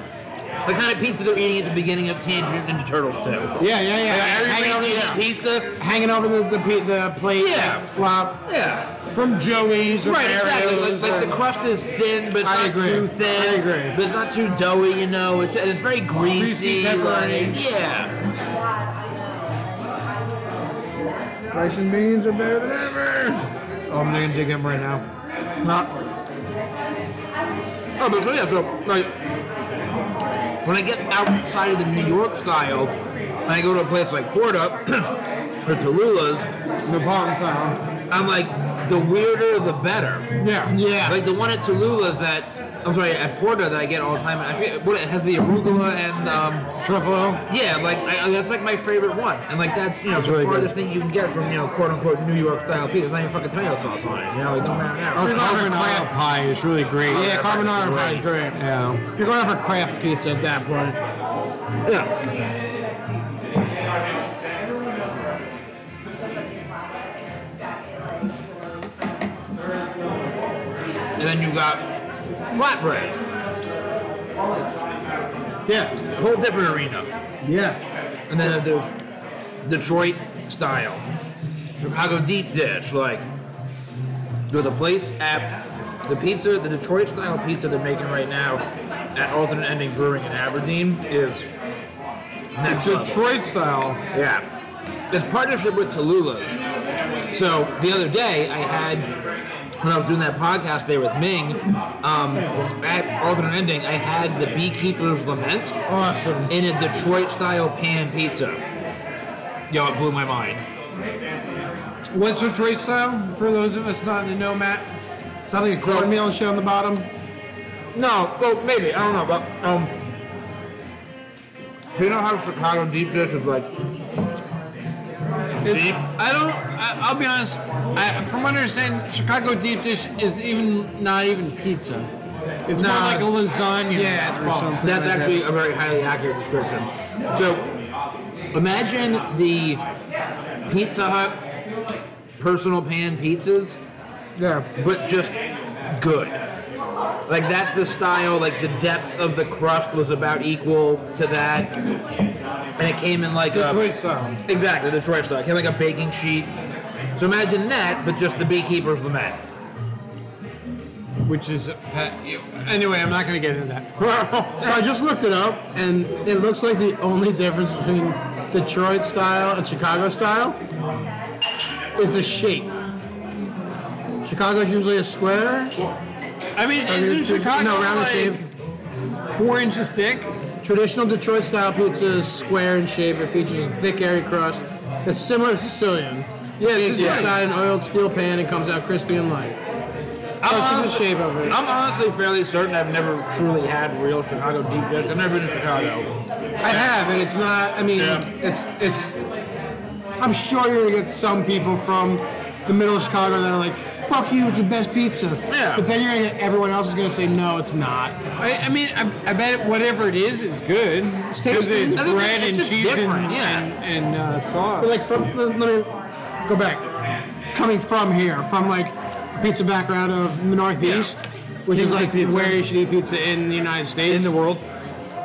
[SPEAKER 1] the kind of pizza they're eating at the beginning of Tangent and the Turtles too.
[SPEAKER 3] Yeah, yeah, yeah.
[SPEAKER 1] Everybody's
[SPEAKER 3] Hanging over,
[SPEAKER 1] eating
[SPEAKER 3] yeah.
[SPEAKER 1] pizza.
[SPEAKER 3] Hanging over the the, pe- the plate.
[SPEAKER 1] Yeah.
[SPEAKER 3] Flop
[SPEAKER 1] Yeah,
[SPEAKER 3] from Joey's or
[SPEAKER 1] right. Exactly.
[SPEAKER 3] Mario's
[SPEAKER 1] Like, like the
[SPEAKER 3] or-
[SPEAKER 1] crust is thin, but it's
[SPEAKER 3] I
[SPEAKER 1] not
[SPEAKER 3] agree.
[SPEAKER 1] too thin.
[SPEAKER 3] I agree.
[SPEAKER 1] But it's not too doughy. You know, it's it's very greasy.
[SPEAKER 3] Greasy pepperoni.
[SPEAKER 1] like, yeah.
[SPEAKER 3] rice and beans are better than ever.
[SPEAKER 2] Oh, I'm gonna dig them right now.
[SPEAKER 1] Oh, but so yeah. So like when I get outside of the New York style, and I go to a place like Porta *clears throat* or Tallulah's,
[SPEAKER 2] The Palm Sound.
[SPEAKER 1] I'm like the weirder the better.
[SPEAKER 2] Yeah.
[SPEAKER 3] Yeah.
[SPEAKER 1] Like the one at Tallulah is that I'm sorry at Porta that I get all the time. I forget what it has the arugula and um,
[SPEAKER 2] Truffalo.
[SPEAKER 1] yeah, like I, I- that's like my favorite one. And like that's you know
[SPEAKER 2] That's
[SPEAKER 1] the
[SPEAKER 2] really
[SPEAKER 1] farthest thing you can get from you know quote unquote New York style pizza. It's not even fucking tomato sauce on it. You know, it don't matter now.
[SPEAKER 2] Our
[SPEAKER 3] You're not a
[SPEAKER 2] carbonara
[SPEAKER 3] craft-
[SPEAKER 2] pie is really great.
[SPEAKER 3] yeah, carbonara pie is great.
[SPEAKER 2] Yeah.
[SPEAKER 3] You're going out for craft pizza at that point.
[SPEAKER 1] Yeah. And then you got flatbread,
[SPEAKER 3] Yeah.
[SPEAKER 1] whole different arena.
[SPEAKER 3] Yeah.
[SPEAKER 1] And then there's Detroit style, Chicago deep dish, like there's a place at the pizza, the Detroit style pizza they're making right now at Alternate Ending Brewing in Aberdeen is next level.
[SPEAKER 2] Detroit style.
[SPEAKER 1] Yeah. It's partnership with Tallulah's. So the other day, I had, when I was doing that podcast there with Ming, um, at Alternate Ending, I had the Beekeeper's Lament
[SPEAKER 3] Awesome.
[SPEAKER 1] in a Detroit style pan pizza. Yo, it blew my mind.
[SPEAKER 2] What's Detroit style? For those of us not to know, Matt.
[SPEAKER 3] It's not like a cornmeal and shit on the bottom.
[SPEAKER 1] No, well, maybe. I don't know, but, um, do you know how Chicago deep dish is like?
[SPEAKER 2] It's, I don't. I, I'll be honest. I, from what I understand, Chicago deep dish is even not even pizza. It's
[SPEAKER 3] Nah.
[SPEAKER 2] more like a lasagna.
[SPEAKER 3] Yeah, it's
[SPEAKER 2] or
[SPEAKER 3] both.
[SPEAKER 2] something
[SPEAKER 1] That's
[SPEAKER 2] like that.
[SPEAKER 1] actually a very highly accurate description. So imagine the Pizza Hut personal pan pizzas,
[SPEAKER 3] Yeah.
[SPEAKER 1] but just good. Like that's the style. Like the depth of the crust was about equal to that, and it came in like a
[SPEAKER 3] Detroit style.
[SPEAKER 1] exactly Detroit style. It came like a baking sheet. So imagine that, but just the beekeeper's lament.
[SPEAKER 2] Which is. Uh, you- anyway, I'm not going to get into
[SPEAKER 3] *laughs*
[SPEAKER 2] that.
[SPEAKER 3] So I just looked it up, and it looks like the only difference between Detroit style and Chicago style is the shape. Chicago's usually a square.
[SPEAKER 2] I mean, isn't
[SPEAKER 3] you're-
[SPEAKER 2] Chicago
[SPEAKER 3] no, round and
[SPEAKER 2] like four inches thick?
[SPEAKER 3] Traditional Detroit style pizza is square in shape. It features a thick, airy crust that's similar to Sicilian. Yeah, it's
[SPEAKER 1] yeah.
[SPEAKER 3] inside an oiled steel pan and comes out crispy and light. So it's just a shape of it.
[SPEAKER 1] I'm honestly fairly certain I've never truly had real Chicago deep dish. I've never been to Chicago.
[SPEAKER 3] I have, and it's not. I mean,
[SPEAKER 1] Yeah.
[SPEAKER 3] it's it's. I'm sure you're gonna get some people from the middle of Chicago that are like, "Fuck you, it's the best pizza."
[SPEAKER 1] Yeah.
[SPEAKER 3] But then you're gonna get everyone else is gonna say, "No, it's not."
[SPEAKER 2] I, I mean, I, I bet whatever it is is good. Because
[SPEAKER 3] tasty.
[SPEAKER 2] it's
[SPEAKER 1] It's
[SPEAKER 2] bread and
[SPEAKER 1] just
[SPEAKER 2] cheese
[SPEAKER 1] different,
[SPEAKER 2] and,
[SPEAKER 1] yeah.
[SPEAKER 2] and, and uh, sauce.
[SPEAKER 3] But like from let, let me go back. Coming from here, from like pizza background of Northeast, which is like where you should eat pizza in the United States.
[SPEAKER 2] in the world.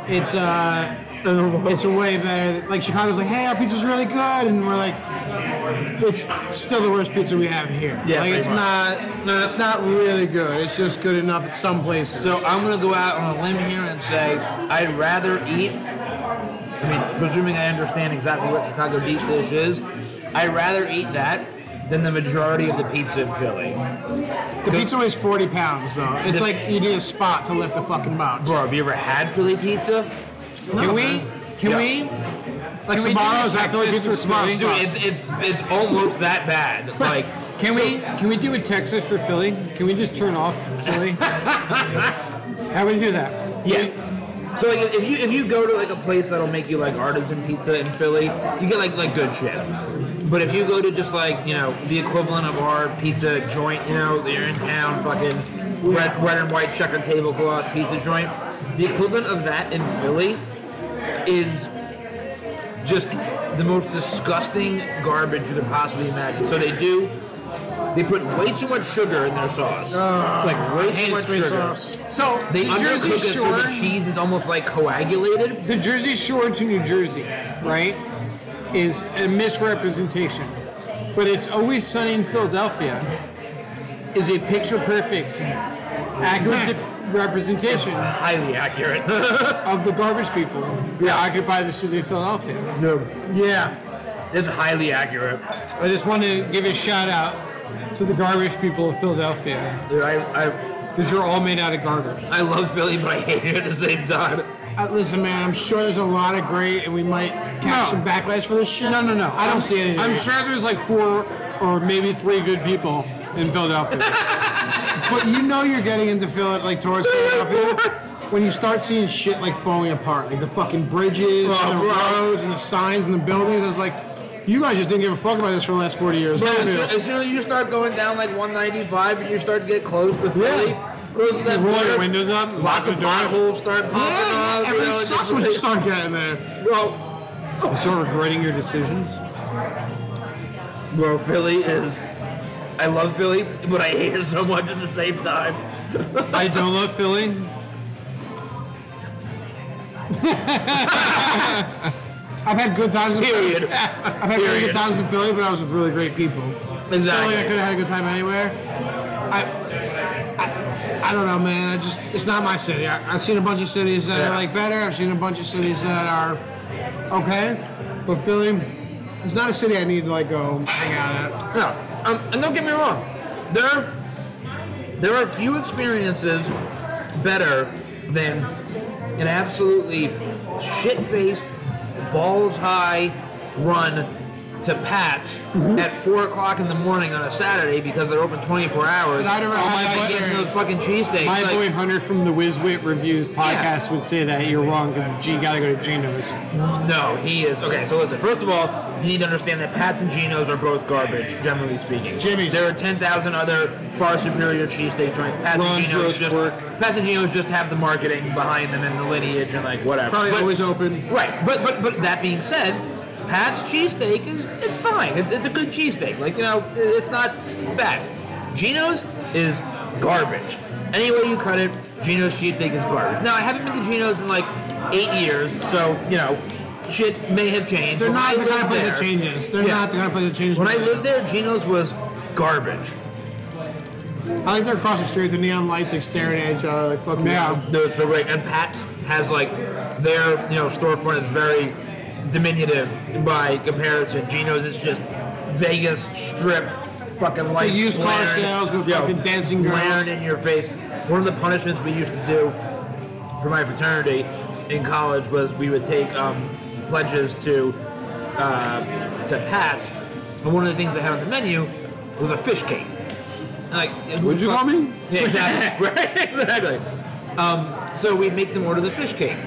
[SPEAKER 3] it's uh, it's a way better. Like Chicago's like, hey, our pizza's really good, and we're like, it's still the worst pizza we have here.
[SPEAKER 1] Yeah,
[SPEAKER 3] like
[SPEAKER 1] pretty
[SPEAKER 3] it's
[SPEAKER 1] much.
[SPEAKER 3] not, no, it's not really good. It's just good enough at some places.
[SPEAKER 1] So I'm gonna go out on a limb here and say I'd rather eat. I mean, presuming I understand exactly what Chicago deep dish is, I'd rather eat that than the majority of the pizza in Philly.
[SPEAKER 3] the pizza weighs forty pounds though. It's
[SPEAKER 1] The-
[SPEAKER 3] like you need a spot to lift the fucking box.
[SPEAKER 1] Bro, have you ever had Philly pizza?
[SPEAKER 3] No,
[SPEAKER 2] Can we?
[SPEAKER 3] man.
[SPEAKER 2] Can
[SPEAKER 1] Yeah.
[SPEAKER 2] we?
[SPEAKER 3] Like
[SPEAKER 2] Can we do
[SPEAKER 3] Sbarro's, I
[SPEAKER 2] Texas
[SPEAKER 3] feel like pizza with
[SPEAKER 2] with
[SPEAKER 3] Sbarro's
[SPEAKER 2] Philly?
[SPEAKER 3] sauce.
[SPEAKER 1] It's, it's it's almost that bad. Like,
[SPEAKER 2] Can we? Can we do a Texas for Philly? Can we just turn off
[SPEAKER 1] *laughs*
[SPEAKER 2] Philly? How would we do that?
[SPEAKER 1] yeah. So like, if you if you go to like a place that'll make you like artisan pizza in Philly, you get like like good shit. But if you go to just like you know the equivalent of our pizza joint, you know you're in town, fucking red red and white checkered tablecloth pizza joint, the equivalent of that in Philly is just the most disgusting garbage you could possibly imagine. So they do. They put way too much sugar in their sauce, like way too much
[SPEAKER 3] sweet
[SPEAKER 1] sugar.
[SPEAKER 3] sauce.
[SPEAKER 2] So
[SPEAKER 1] They
[SPEAKER 2] the Jersey
[SPEAKER 1] undercook it so the
[SPEAKER 2] Shore,
[SPEAKER 1] cheese is almost like coagulated.
[SPEAKER 2] the Jersey Shore to New Jersey, right, is a misrepresentation. But it's always sunny in Philadelphia is a picture perfect, accurate *laughs* representation
[SPEAKER 1] Highly accurate. *laughs*
[SPEAKER 2] of the garbage people who occupy the city of Philadelphia.
[SPEAKER 3] Yeah,
[SPEAKER 1] it's highly accurate.
[SPEAKER 2] I just want to give a shout out to the garbage people of Philadelphia
[SPEAKER 1] Dude, I, I,
[SPEAKER 2] because you're all made out of garbage.
[SPEAKER 1] I love Philly, but I hate it at the same time.
[SPEAKER 3] Uh, listen, man. I'm sure there's a lot of great, and we might catch
[SPEAKER 2] No.
[SPEAKER 3] some backlash for this shit.
[SPEAKER 2] No, no, no.
[SPEAKER 3] I don't
[SPEAKER 2] I'm-
[SPEAKER 3] see anything.
[SPEAKER 2] I'm sure there's like four or maybe three good people in
[SPEAKER 3] *laughs*
[SPEAKER 2] Philadelphia.
[SPEAKER 3] But you know you're getting into Phil like towards
[SPEAKER 2] *laughs*
[SPEAKER 3] Philadelphia when you start seeing shit like falling apart, like the fucking bridges,
[SPEAKER 2] Oh,
[SPEAKER 3] and the roads, and the signs, and the buildings. It's like, you guys just didn't give a fuck about this for the last forty years.
[SPEAKER 1] But
[SPEAKER 3] did
[SPEAKER 1] as
[SPEAKER 3] you?
[SPEAKER 1] soon, as soon as you start going down like 195 and you start to get close to Philly, close to that
[SPEAKER 2] You roll your
[SPEAKER 1] border,
[SPEAKER 2] windows up, lock
[SPEAKER 1] lots
[SPEAKER 2] the
[SPEAKER 1] of
[SPEAKER 2] door.
[SPEAKER 1] potholes start popping
[SPEAKER 3] yeah,
[SPEAKER 1] up. you
[SPEAKER 3] everything
[SPEAKER 1] know,
[SPEAKER 3] sucks
[SPEAKER 1] just
[SPEAKER 3] when you
[SPEAKER 1] like-
[SPEAKER 3] start getting there.
[SPEAKER 1] Bro,
[SPEAKER 2] you start regretting your decisions.
[SPEAKER 1] bro, Philly is. I love Philly, but I hate it so much at the same time.
[SPEAKER 2] I don't love Philly.
[SPEAKER 3] I've had good
[SPEAKER 2] *laughs*
[SPEAKER 3] times. In
[SPEAKER 1] Period.
[SPEAKER 3] Philly. I've had really good
[SPEAKER 1] Period.
[SPEAKER 3] times in Philly, but I was with really great people. Philly, I
[SPEAKER 1] Exactly.
[SPEAKER 3] could have had a good time anywhere. I, I, I don't know, man. I just it's not my city. I, I've seen a bunch of cities that
[SPEAKER 1] Yeah.
[SPEAKER 3] I like better. I've seen a bunch of cities that are okay, but Philly, it's not a city I need to like go hang out at.
[SPEAKER 1] No, um, and don't get me wrong, there there are few experiences better than an absolutely shit-faced, balls high run to Pat's
[SPEAKER 3] Mm-hmm.
[SPEAKER 1] at four o'clock in the morning on a Saturday because they're open 24 hours.
[SPEAKER 3] But I don't know
[SPEAKER 1] Oh,
[SPEAKER 3] how
[SPEAKER 1] my
[SPEAKER 3] that
[SPEAKER 1] God,
[SPEAKER 3] works.
[SPEAKER 1] getting those fucking cheesesteaks.
[SPEAKER 2] My
[SPEAKER 1] like,
[SPEAKER 2] boy Hunter from the Whiz Wit Reviews podcast would say that you're wrong because you gotta go to Geno's.
[SPEAKER 1] No, he is. Okay, so listen. First of all, you need to understand that Pats and Geno's are both garbage, generally speaking.
[SPEAKER 3] Jimmy's.
[SPEAKER 1] There are 10,000 other far superior cheesesteak joints. Pats
[SPEAKER 2] Ron's
[SPEAKER 1] and Geno's
[SPEAKER 2] roast
[SPEAKER 1] just
[SPEAKER 2] pork.
[SPEAKER 1] Pats and Geno's just have the marketing behind them and the lineage and like whatever.
[SPEAKER 3] Probably
[SPEAKER 1] But-
[SPEAKER 3] always open.
[SPEAKER 1] Right, but but but that being said, Pat's cheesesteak is it's fine. It's, it's a good cheesesteak. Like you know, it- it's not bad. Geno's is garbage. Any way you cut it, Geno's cheesesteak is garbage. Now I haven't been to Geno's in like eight years, so you know, shit may have changed.
[SPEAKER 3] They're
[SPEAKER 1] When I
[SPEAKER 3] not the kind
[SPEAKER 1] lived
[SPEAKER 3] of place
[SPEAKER 1] there-
[SPEAKER 3] that changes. They're
[SPEAKER 1] Yeah.
[SPEAKER 3] not the kind of place that changes.
[SPEAKER 1] When I lived there, Geno's was garbage.
[SPEAKER 3] I like they're across the street. The neon lights like staring at each other. Like fucking
[SPEAKER 2] Yeah.
[SPEAKER 1] Dude, so great. And Pat's has like their you know storefront is very diminutive by comparison. Geno's is just Vegas Strip, fucking lights,
[SPEAKER 3] used car
[SPEAKER 1] blaring-
[SPEAKER 3] sales with
[SPEAKER 1] yo,
[SPEAKER 3] fucking dancing girls.
[SPEAKER 1] blaring in your face. One of the punishments we used to do for my fraternity in college was we would take um, pledges to uh, to Pat's, and one of the things they had on the menu was a fish cake. And, Like,
[SPEAKER 2] Would you call me?
[SPEAKER 1] yeah,
[SPEAKER 2] *laughs*
[SPEAKER 1] exactly. *laughs* right, exactly. Um, so we'd make them order the fish cake.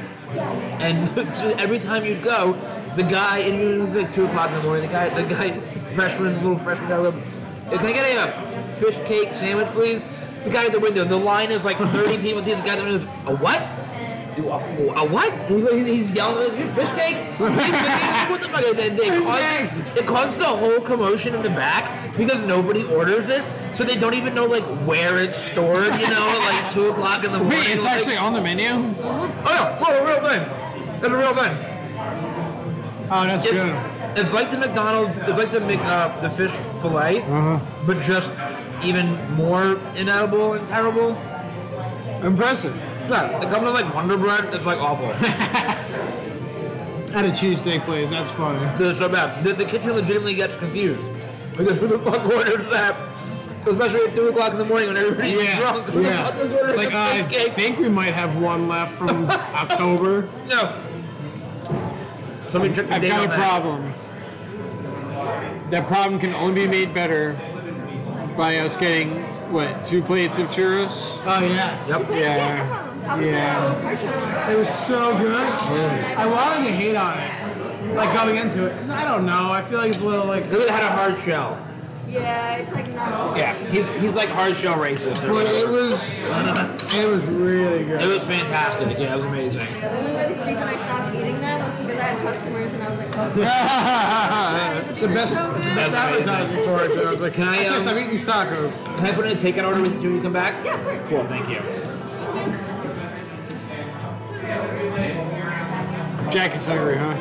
[SPEAKER 1] And *laughs* so every time you'd go, the guy, and it was like 2 o'clock in the morning, the guy, the guy, freshman, little freshman guy, would go, "Hey, can I get a uh, fish cake sandwich, please? The guy at the window, the line is like 30 people deep. The guy at the window, a what? You a fool. A what? He- He's yelling at you, fish
[SPEAKER 2] *laughs*
[SPEAKER 1] cake? what the fuck? They, they, causes, it causes a whole commotion in the back because nobody orders it, so they don't even know like where it's stored, you know, at like 2 o'clock in the morning.
[SPEAKER 2] Wait, it's
[SPEAKER 1] like-
[SPEAKER 2] actually on the menu.
[SPEAKER 1] Oh, no, no, real thing. It's a real thing.
[SPEAKER 3] Oh, that's
[SPEAKER 1] It's,
[SPEAKER 3] true.
[SPEAKER 1] it's like the McDonald's, it's like the Mc, uh, the fish fillet, but just even more inedible and terrible.
[SPEAKER 2] Impressive.
[SPEAKER 1] Yeah, it comes with like Wonder Bread. It's like awful. *laughs*
[SPEAKER 3] And a cheesesteak, please. That's funny.
[SPEAKER 1] They're so bad. The, the kitchen legitimately gets confused because who the fuck orders that? Especially at two o'clock in the morning when everybody's *laughs* *laughs* drunk. Who the fuck is ordering
[SPEAKER 3] It's like, "Oh,
[SPEAKER 1] a
[SPEAKER 3] I
[SPEAKER 1] pancake?
[SPEAKER 3] think we might have one left
[SPEAKER 1] *laughs*
[SPEAKER 3] from October.
[SPEAKER 1] No. Somebody check the
[SPEAKER 2] I've
[SPEAKER 1] date
[SPEAKER 2] got
[SPEAKER 1] on
[SPEAKER 2] a
[SPEAKER 1] that.
[SPEAKER 2] problem. That problem can only be made better by us getting what two plates of churros.
[SPEAKER 3] Oh, yes.
[SPEAKER 1] Yep.
[SPEAKER 2] Yeah. Yeah.
[SPEAKER 4] Yeah.
[SPEAKER 3] It was so good. I wanted to hate on it, like going into it, because I don't know. I feel like it's a little like.
[SPEAKER 1] Look at had a hard shell.
[SPEAKER 4] Yeah, it's like not.
[SPEAKER 1] Yeah, he's he's like hard shell racist. Or
[SPEAKER 3] But
[SPEAKER 1] whatever.
[SPEAKER 3] it was, it was really *laughs*
[SPEAKER 1] It
[SPEAKER 3] good.
[SPEAKER 1] was fantastic. Yeah, it was amazing.
[SPEAKER 4] Yeah, the only re- reason I stopped eating them was because I had customers and I was like, oh,
[SPEAKER 3] It's the best,
[SPEAKER 4] so
[SPEAKER 3] it's the
[SPEAKER 4] good.
[SPEAKER 3] best advertising for it. Too. I was like,
[SPEAKER 1] Can I,
[SPEAKER 3] guess
[SPEAKER 1] um,
[SPEAKER 3] I'm eating these tacos.
[SPEAKER 1] Can I put in a takeout order with you when you come back?
[SPEAKER 4] Yeah, of course.
[SPEAKER 1] Cool, thank you.
[SPEAKER 2] Jack is hungry, huh?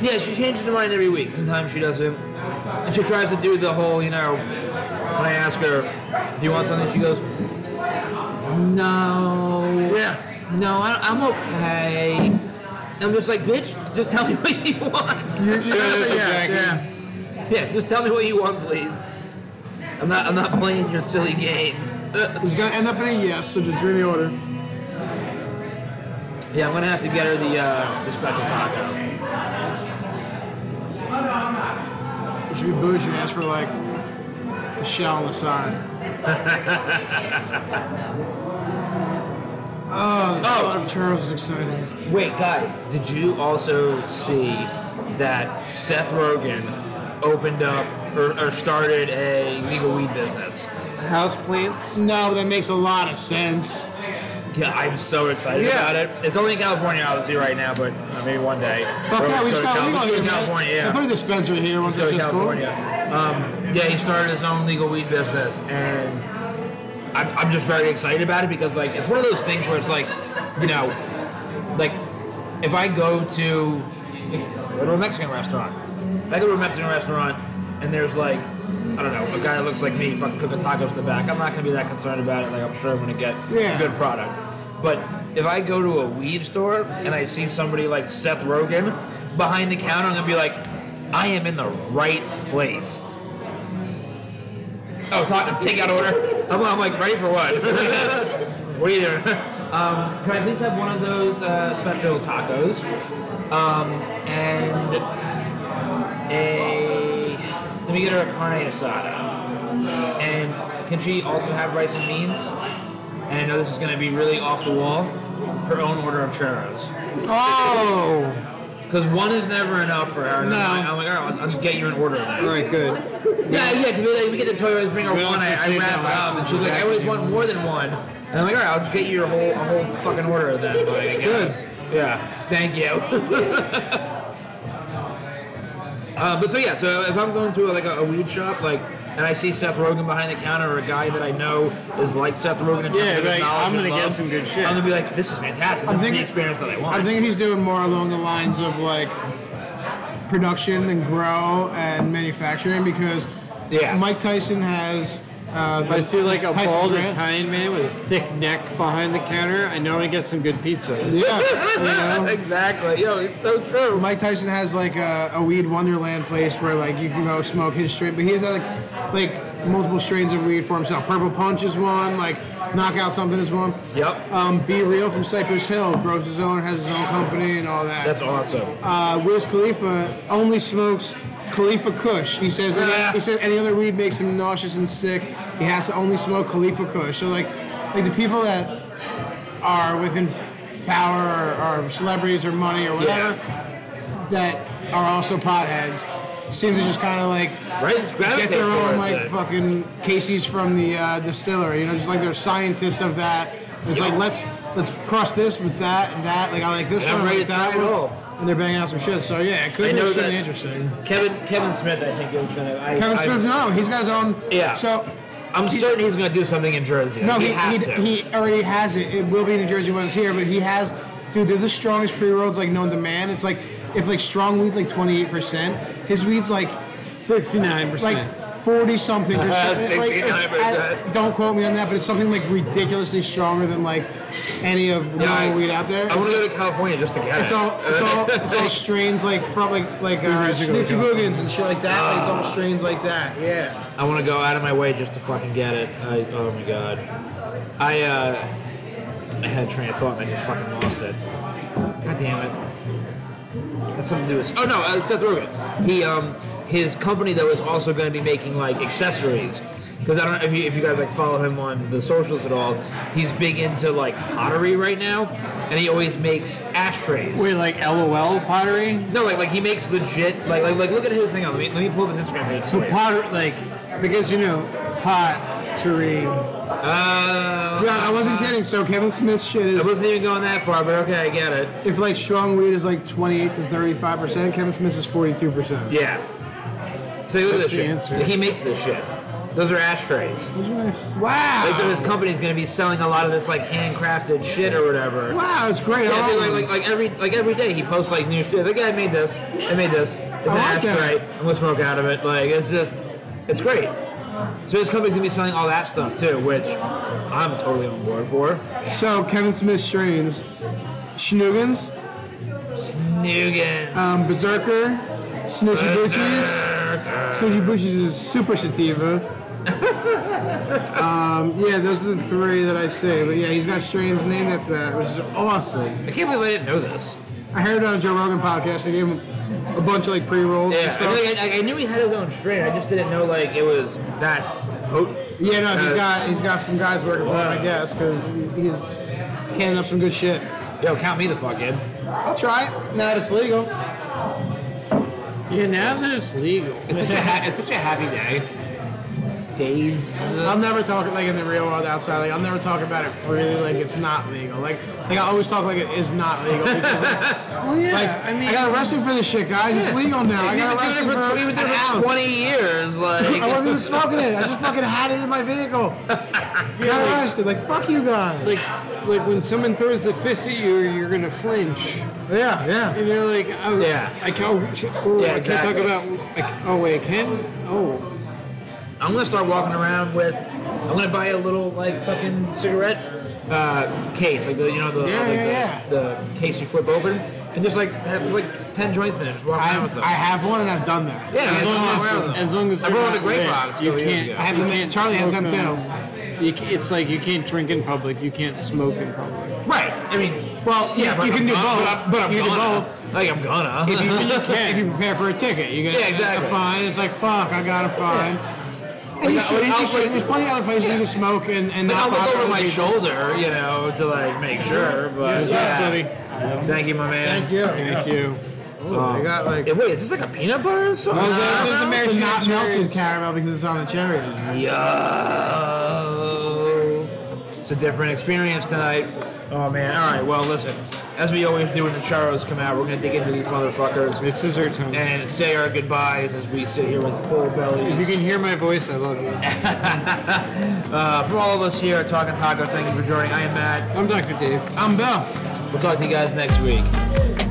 [SPEAKER 1] Yeah, she changes her mind every week. Sometimes she doesn't. And she tries to do the whole, you know, when I ask her, do you want something? She goes, no.
[SPEAKER 3] Yeah.
[SPEAKER 1] No, I, I'm okay. I'm just like, bitch, just tell me *laughs* what you want.
[SPEAKER 3] You, you gotta say yes, yeah.
[SPEAKER 1] Yeah, just tell me what you want, please. I'm not, I'm not playing your silly games. Uh,
[SPEAKER 3] It's gonna end up in a yes, so just give me the order.
[SPEAKER 1] yeah, I'm gonna have to get her the, uh, the special taco.
[SPEAKER 3] You should be bougie and ask for like the shell on the *laughs* side. oh, the color of churros is exciting.
[SPEAKER 1] Wait, guys, did you also see that Seth Rogen opened up or, or started a legal weed business?
[SPEAKER 2] House plants.
[SPEAKER 3] No, but that makes a lot of sense.
[SPEAKER 1] Yeah, I'm so excited
[SPEAKER 3] Yeah.
[SPEAKER 1] about it. It's only in California, obviously, right now, but uh, maybe one day.
[SPEAKER 3] Fuck
[SPEAKER 1] Or
[SPEAKER 3] yeah, we
[SPEAKER 1] let's
[SPEAKER 3] just
[SPEAKER 1] go to
[SPEAKER 3] got
[SPEAKER 1] Cal-
[SPEAKER 3] legal
[SPEAKER 1] let's go
[SPEAKER 3] here.
[SPEAKER 1] to California,
[SPEAKER 3] I
[SPEAKER 1] yeah.
[SPEAKER 3] put a dispenser here once
[SPEAKER 1] Let's go
[SPEAKER 3] that's
[SPEAKER 1] to
[SPEAKER 3] just cool.
[SPEAKER 1] California. Um, yeah, he started his own legal weed business, and I'm, I'm just very excited about it because, like, it's one of those things where it's like, you know, like if I go to go to a Mexican restaurant, if I go to a Mexican restaurant and there's like I don't know a guy that looks like me fucking cooking tacos in the back, I'm not gonna be that concerned about it. Like I'm sure I'm gonna get
[SPEAKER 3] Yeah.
[SPEAKER 1] a good product. But if I go to a weed store and I see somebody like Seth Rogen behind the counter, I'm gonna be like, I am in the right place. Oh, talk, take out order. I'm, I'm like ready for what? *laughs* what are you doing? Um, can I please have one of those uh, special tacos? Um, and a let me get her a carne asada. And can she also have rice and beans? And I know this is going to be really off the wall. Her own order of churros.
[SPEAKER 2] Oh,
[SPEAKER 1] Because one is never enough for her. And
[SPEAKER 2] No.
[SPEAKER 1] I'm like, I'm like, all right, I'll- I'll just get you an order of that.
[SPEAKER 2] all right, good.
[SPEAKER 1] Yeah, yeah, because we, like, we get the toy, always bring her
[SPEAKER 2] We
[SPEAKER 1] one,
[SPEAKER 2] also
[SPEAKER 1] I, I
[SPEAKER 2] save
[SPEAKER 1] wrap
[SPEAKER 2] that
[SPEAKER 1] it up, and she's like, I always want more than one. And I'm like, all right, I'll just get you a whole, a whole fucking order of that. Like, I guess. Yeah. Thank
[SPEAKER 2] *laughs*
[SPEAKER 1] you. uh, but so yeah, so if I'm going to like a, a weed shop, like, and I see Seth Rogen behind the counter, or a guy that I know is like Seth Rogen, in terms
[SPEAKER 2] Yeah,
[SPEAKER 1] of his
[SPEAKER 2] like,
[SPEAKER 1] knowledge
[SPEAKER 2] I'm
[SPEAKER 1] and
[SPEAKER 2] gonna get
[SPEAKER 1] love,
[SPEAKER 2] some good shit.
[SPEAKER 1] I'm gonna be like, this is fantastic. This
[SPEAKER 3] I'm
[SPEAKER 1] is
[SPEAKER 3] thinking-
[SPEAKER 1] the experience that I want.
[SPEAKER 3] I'm thinking he's doing more along the lines of like production and grow and manufacturing because
[SPEAKER 1] Yeah.
[SPEAKER 3] Mike Tyson has. Uh,
[SPEAKER 2] If I see like a
[SPEAKER 3] Tyson
[SPEAKER 2] bald
[SPEAKER 3] Grant.
[SPEAKER 2] Italian man with a thick neck behind the counter, I know I get some good pizza.
[SPEAKER 3] Yeah.
[SPEAKER 1] exactly. Yo, it's so true.
[SPEAKER 3] Mike Tyson has like a, a weed wonderland place where like you can go smoke his strain, but he has like like multiple strains of weed for himself. Purple Punch is one, like Knockout Something is one.
[SPEAKER 1] Yep.
[SPEAKER 3] Um, Be Real from Cypress Hill grows his own, has his own company and all that.
[SPEAKER 1] That's awesome.
[SPEAKER 3] uh, Wiz Khalifa only smokes Khalifa Kush. He says
[SPEAKER 1] Yeah.
[SPEAKER 3] he says any other weed makes him nauseous and sick. He has to only smoke Khalifa Kush. So like like the people that are within power or, or celebrities or money or whatever that are also potheads seem to just kind of like
[SPEAKER 1] Right? Just
[SPEAKER 3] get
[SPEAKER 1] gravitate
[SPEAKER 3] their own
[SPEAKER 1] towards
[SPEAKER 3] like
[SPEAKER 1] it.
[SPEAKER 3] fucking Casey's from the uh, distillery. You know, just like they're scientists of that. It's like let's let's cross this with that and that. Like I like this
[SPEAKER 1] And I'm
[SPEAKER 3] one, I
[SPEAKER 1] ready
[SPEAKER 3] like
[SPEAKER 1] to
[SPEAKER 3] that
[SPEAKER 1] try it
[SPEAKER 3] one.
[SPEAKER 1] all.
[SPEAKER 3] And they're banging out some shit. So yeah, it could
[SPEAKER 1] I
[SPEAKER 3] be
[SPEAKER 1] know
[SPEAKER 3] extremely
[SPEAKER 1] that-
[SPEAKER 3] interesting.
[SPEAKER 1] Kevin Kevin Smith, I think, is gonna. I,
[SPEAKER 3] Kevin
[SPEAKER 1] I,
[SPEAKER 3] Smith's no, he's got his own.
[SPEAKER 1] Yeah.
[SPEAKER 3] So
[SPEAKER 1] I'm certain he's gonna do something in Jersey.
[SPEAKER 3] No,
[SPEAKER 1] he,
[SPEAKER 3] he
[SPEAKER 1] has
[SPEAKER 3] he,
[SPEAKER 1] to.
[SPEAKER 3] he, already has it. It will be in New Jersey when it's here, but he has. Dude, they're the strongest pre rolls like known to man. It's like if like strong weed's like twenty eight percent, his weed's like
[SPEAKER 2] Sixty-nine
[SPEAKER 3] like
[SPEAKER 2] percent.
[SPEAKER 3] forty something
[SPEAKER 1] *laughs*
[SPEAKER 3] percent. Like,
[SPEAKER 1] 69%.
[SPEAKER 3] I- don't quote me on that, but it's something like ridiculously stronger than like any of the
[SPEAKER 1] Yeah, I-
[SPEAKER 3] weed out there.
[SPEAKER 1] I want to go to California just to get
[SPEAKER 3] It's
[SPEAKER 1] it.
[SPEAKER 3] all,
[SPEAKER 1] *laughs*
[SPEAKER 3] it's all, it's all strains like from like like uh, Snoochie Boogans and shit like that. Like, it's all strains like that. Yeah.
[SPEAKER 1] I want to go out of my way just to fucking get it. I, oh my god. I uh, I had a train of thought and I just fucking lost it. God damn it. That's something to do with. Oh no, uh, Seth Rogen. He um his company though is also going to be making like accessories. Because I don't know if you, if you guys like follow him on the socials at all. He's big into like pottery right now, and he always makes ashtrays.
[SPEAKER 2] Wait, like LOL pottery?
[SPEAKER 1] No, like like he makes legit like like like look at his thing. Let me let me pull up his Instagram page.
[SPEAKER 2] So pottery, like because you know pottery.
[SPEAKER 1] Uh,
[SPEAKER 3] Yeah, I wasn't kidding. So Kevin Smith's shit
[SPEAKER 1] I
[SPEAKER 3] is
[SPEAKER 1] wasn't even going that far, but okay, I get it.
[SPEAKER 3] If like strong weed is like 28 to 35 percent, Kevin Smith is 42 percent.
[SPEAKER 1] Yeah. So look at this
[SPEAKER 2] That's the
[SPEAKER 1] shit.
[SPEAKER 2] answer.
[SPEAKER 1] He makes this shit. Those are ashtrays. Like, so
[SPEAKER 3] Wow!
[SPEAKER 1] his company's gonna be selling a lot of this like handcrafted shit or whatever.
[SPEAKER 3] Wow, it's great.
[SPEAKER 1] Yeah,
[SPEAKER 3] I
[SPEAKER 1] dude,
[SPEAKER 3] love
[SPEAKER 1] like,
[SPEAKER 3] it.
[SPEAKER 1] like, like every like every day he posts like new shit. Like yeah, I made this, I made this. It's an
[SPEAKER 3] I like that.
[SPEAKER 1] ashtray. I'm gonna smoke out of it. Like it's just, it's great. So his company's gonna be selling all that stuff too, which I'm totally on board for.
[SPEAKER 3] so Kevin Smith strains, Schnoogans,
[SPEAKER 1] Nugan.
[SPEAKER 3] um, Berserker, Snitchy Bushies. Snitchy Bushies is super
[SPEAKER 1] *laughs*
[SPEAKER 3] sativa. um, yeah, those are the three that I say. But yeah, he's got strains named after that, which is awesome.
[SPEAKER 1] I can't believe I didn't know this.
[SPEAKER 3] I heard it on a Joe Rogan podcast. They gave him a bunch of like pre rolls and
[SPEAKER 1] Yeah, I,
[SPEAKER 3] stuff.
[SPEAKER 1] mean, like, I, I knew he had his own strain. I just didn't know like it was that potent.
[SPEAKER 3] Yeah, no,
[SPEAKER 1] Uh,
[SPEAKER 3] he's got he's got some guys working for him, I guess, because he's canning up some good shit.
[SPEAKER 1] Yo, count me the fuck
[SPEAKER 3] *laughs*
[SPEAKER 1] in.
[SPEAKER 3] I'll try it now that it's legal.
[SPEAKER 2] Yeah, now that it's legal.
[SPEAKER 1] It's such a ha- it's such a happy day. Days.
[SPEAKER 3] I'll never talk it like in the real world outside. Like I'll never talk about it freely. Like it's not legal. Like like I always talk like it is not legal. Because,
[SPEAKER 2] *laughs*
[SPEAKER 3] like,
[SPEAKER 2] Well, yeah,
[SPEAKER 3] like,
[SPEAKER 2] I mean,
[SPEAKER 3] got arrested for this shit, guys. It's legal now. I got arrested for,
[SPEAKER 1] we've been
[SPEAKER 3] an
[SPEAKER 1] doing it for
[SPEAKER 3] ounce.
[SPEAKER 1] twenty years. Like
[SPEAKER 3] *laughs* I wasn't even smoking it. I just fucking had it in
[SPEAKER 1] *laughs*
[SPEAKER 3] my vehicle. I got arrested. Like fuck you guys.
[SPEAKER 2] like like when someone throws a fist at you, you're gonna flinch.
[SPEAKER 3] Yeah, yeah.
[SPEAKER 2] And you're like, oh,
[SPEAKER 1] Yeah.
[SPEAKER 2] I can't. Oh, shit, oh,
[SPEAKER 1] Yeah,
[SPEAKER 2] I
[SPEAKER 1] exactly.
[SPEAKER 2] can't talk about. I, c- oh wait, I can. Oh,
[SPEAKER 1] I'm gonna start walking around with. I'm gonna buy a little like fucking cigarette uh, case, like the you know the
[SPEAKER 3] Yeah,
[SPEAKER 1] like,
[SPEAKER 3] yeah,
[SPEAKER 1] the,
[SPEAKER 3] yeah.
[SPEAKER 1] the case you flip open, and just like have like ten joints in it. Just walk
[SPEAKER 3] I
[SPEAKER 1] around with them.
[SPEAKER 3] I have one and I've done that.
[SPEAKER 1] yeah,
[SPEAKER 2] as
[SPEAKER 1] just
[SPEAKER 2] long
[SPEAKER 1] walk
[SPEAKER 2] as,
[SPEAKER 1] around with them.
[SPEAKER 2] as long as
[SPEAKER 1] I
[SPEAKER 2] they're
[SPEAKER 1] brought
[SPEAKER 2] not
[SPEAKER 1] a grape
[SPEAKER 2] lit,
[SPEAKER 1] box.
[SPEAKER 2] you
[SPEAKER 1] a couple years
[SPEAKER 2] can't.
[SPEAKER 1] ago.
[SPEAKER 3] I have
[SPEAKER 2] you
[SPEAKER 3] them.
[SPEAKER 2] can't
[SPEAKER 3] Charlie has
[SPEAKER 2] smoke
[SPEAKER 3] them too.
[SPEAKER 2] You ca it's like you can't drink in public. You can't smoke in public.
[SPEAKER 1] Right. I mean, well, yeah,
[SPEAKER 3] you-
[SPEAKER 1] but
[SPEAKER 3] you can
[SPEAKER 1] I'm
[SPEAKER 3] do
[SPEAKER 1] gonna-
[SPEAKER 3] both.
[SPEAKER 1] But, I'm- but I'm
[SPEAKER 3] You can do
[SPEAKER 1] gonna.
[SPEAKER 3] both.
[SPEAKER 1] Like I'm gonna.
[SPEAKER 3] If you, if you prepare for a ticket, you get
[SPEAKER 1] Yeah, exactly.
[SPEAKER 3] a fine. It's like fuck, I got a fine. And you
[SPEAKER 1] Like, I-
[SPEAKER 3] should,
[SPEAKER 1] I'll
[SPEAKER 3] you should.
[SPEAKER 1] like-
[SPEAKER 3] There's plenty of other places you can smoke and and
[SPEAKER 1] Like, I'll
[SPEAKER 3] not
[SPEAKER 1] look
[SPEAKER 3] bother
[SPEAKER 1] over
[SPEAKER 3] other
[SPEAKER 1] my
[SPEAKER 3] people.
[SPEAKER 1] shoulder, you know, to like make sure. But
[SPEAKER 2] Yes,
[SPEAKER 1] yeah.
[SPEAKER 2] buddy.
[SPEAKER 1] Thank you, my man.
[SPEAKER 3] Thank you.
[SPEAKER 2] Thank you.
[SPEAKER 3] I got like.
[SPEAKER 1] Yeah, wait, is this like a peanut butter or something?
[SPEAKER 2] No,
[SPEAKER 3] Uh,
[SPEAKER 2] Those are the
[SPEAKER 3] it's
[SPEAKER 2] maraschino
[SPEAKER 3] not melted
[SPEAKER 2] cherries.
[SPEAKER 3] caramel because it's on the cherries.
[SPEAKER 1] Yo, it's a different experience tonight. Oh man! All right, well, listen. As we always do when the charros come out, we're gonna dig into these motherfuckers
[SPEAKER 2] This is our time.
[SPEAKER 1] and say our goodbyes as we sit here with full bellies.
[SPEAKER 2] If you can hear my voice, I love you.
[SPEAKER 1] Uh, from all of us here at Talking Taco, thank you for joining. I am Matt.
[SPEAKER 2] I'm Dr. Dave.
[SPEAKER 3] I'm Bill.
[SPEAKER 1] We'll talk to you guys next week.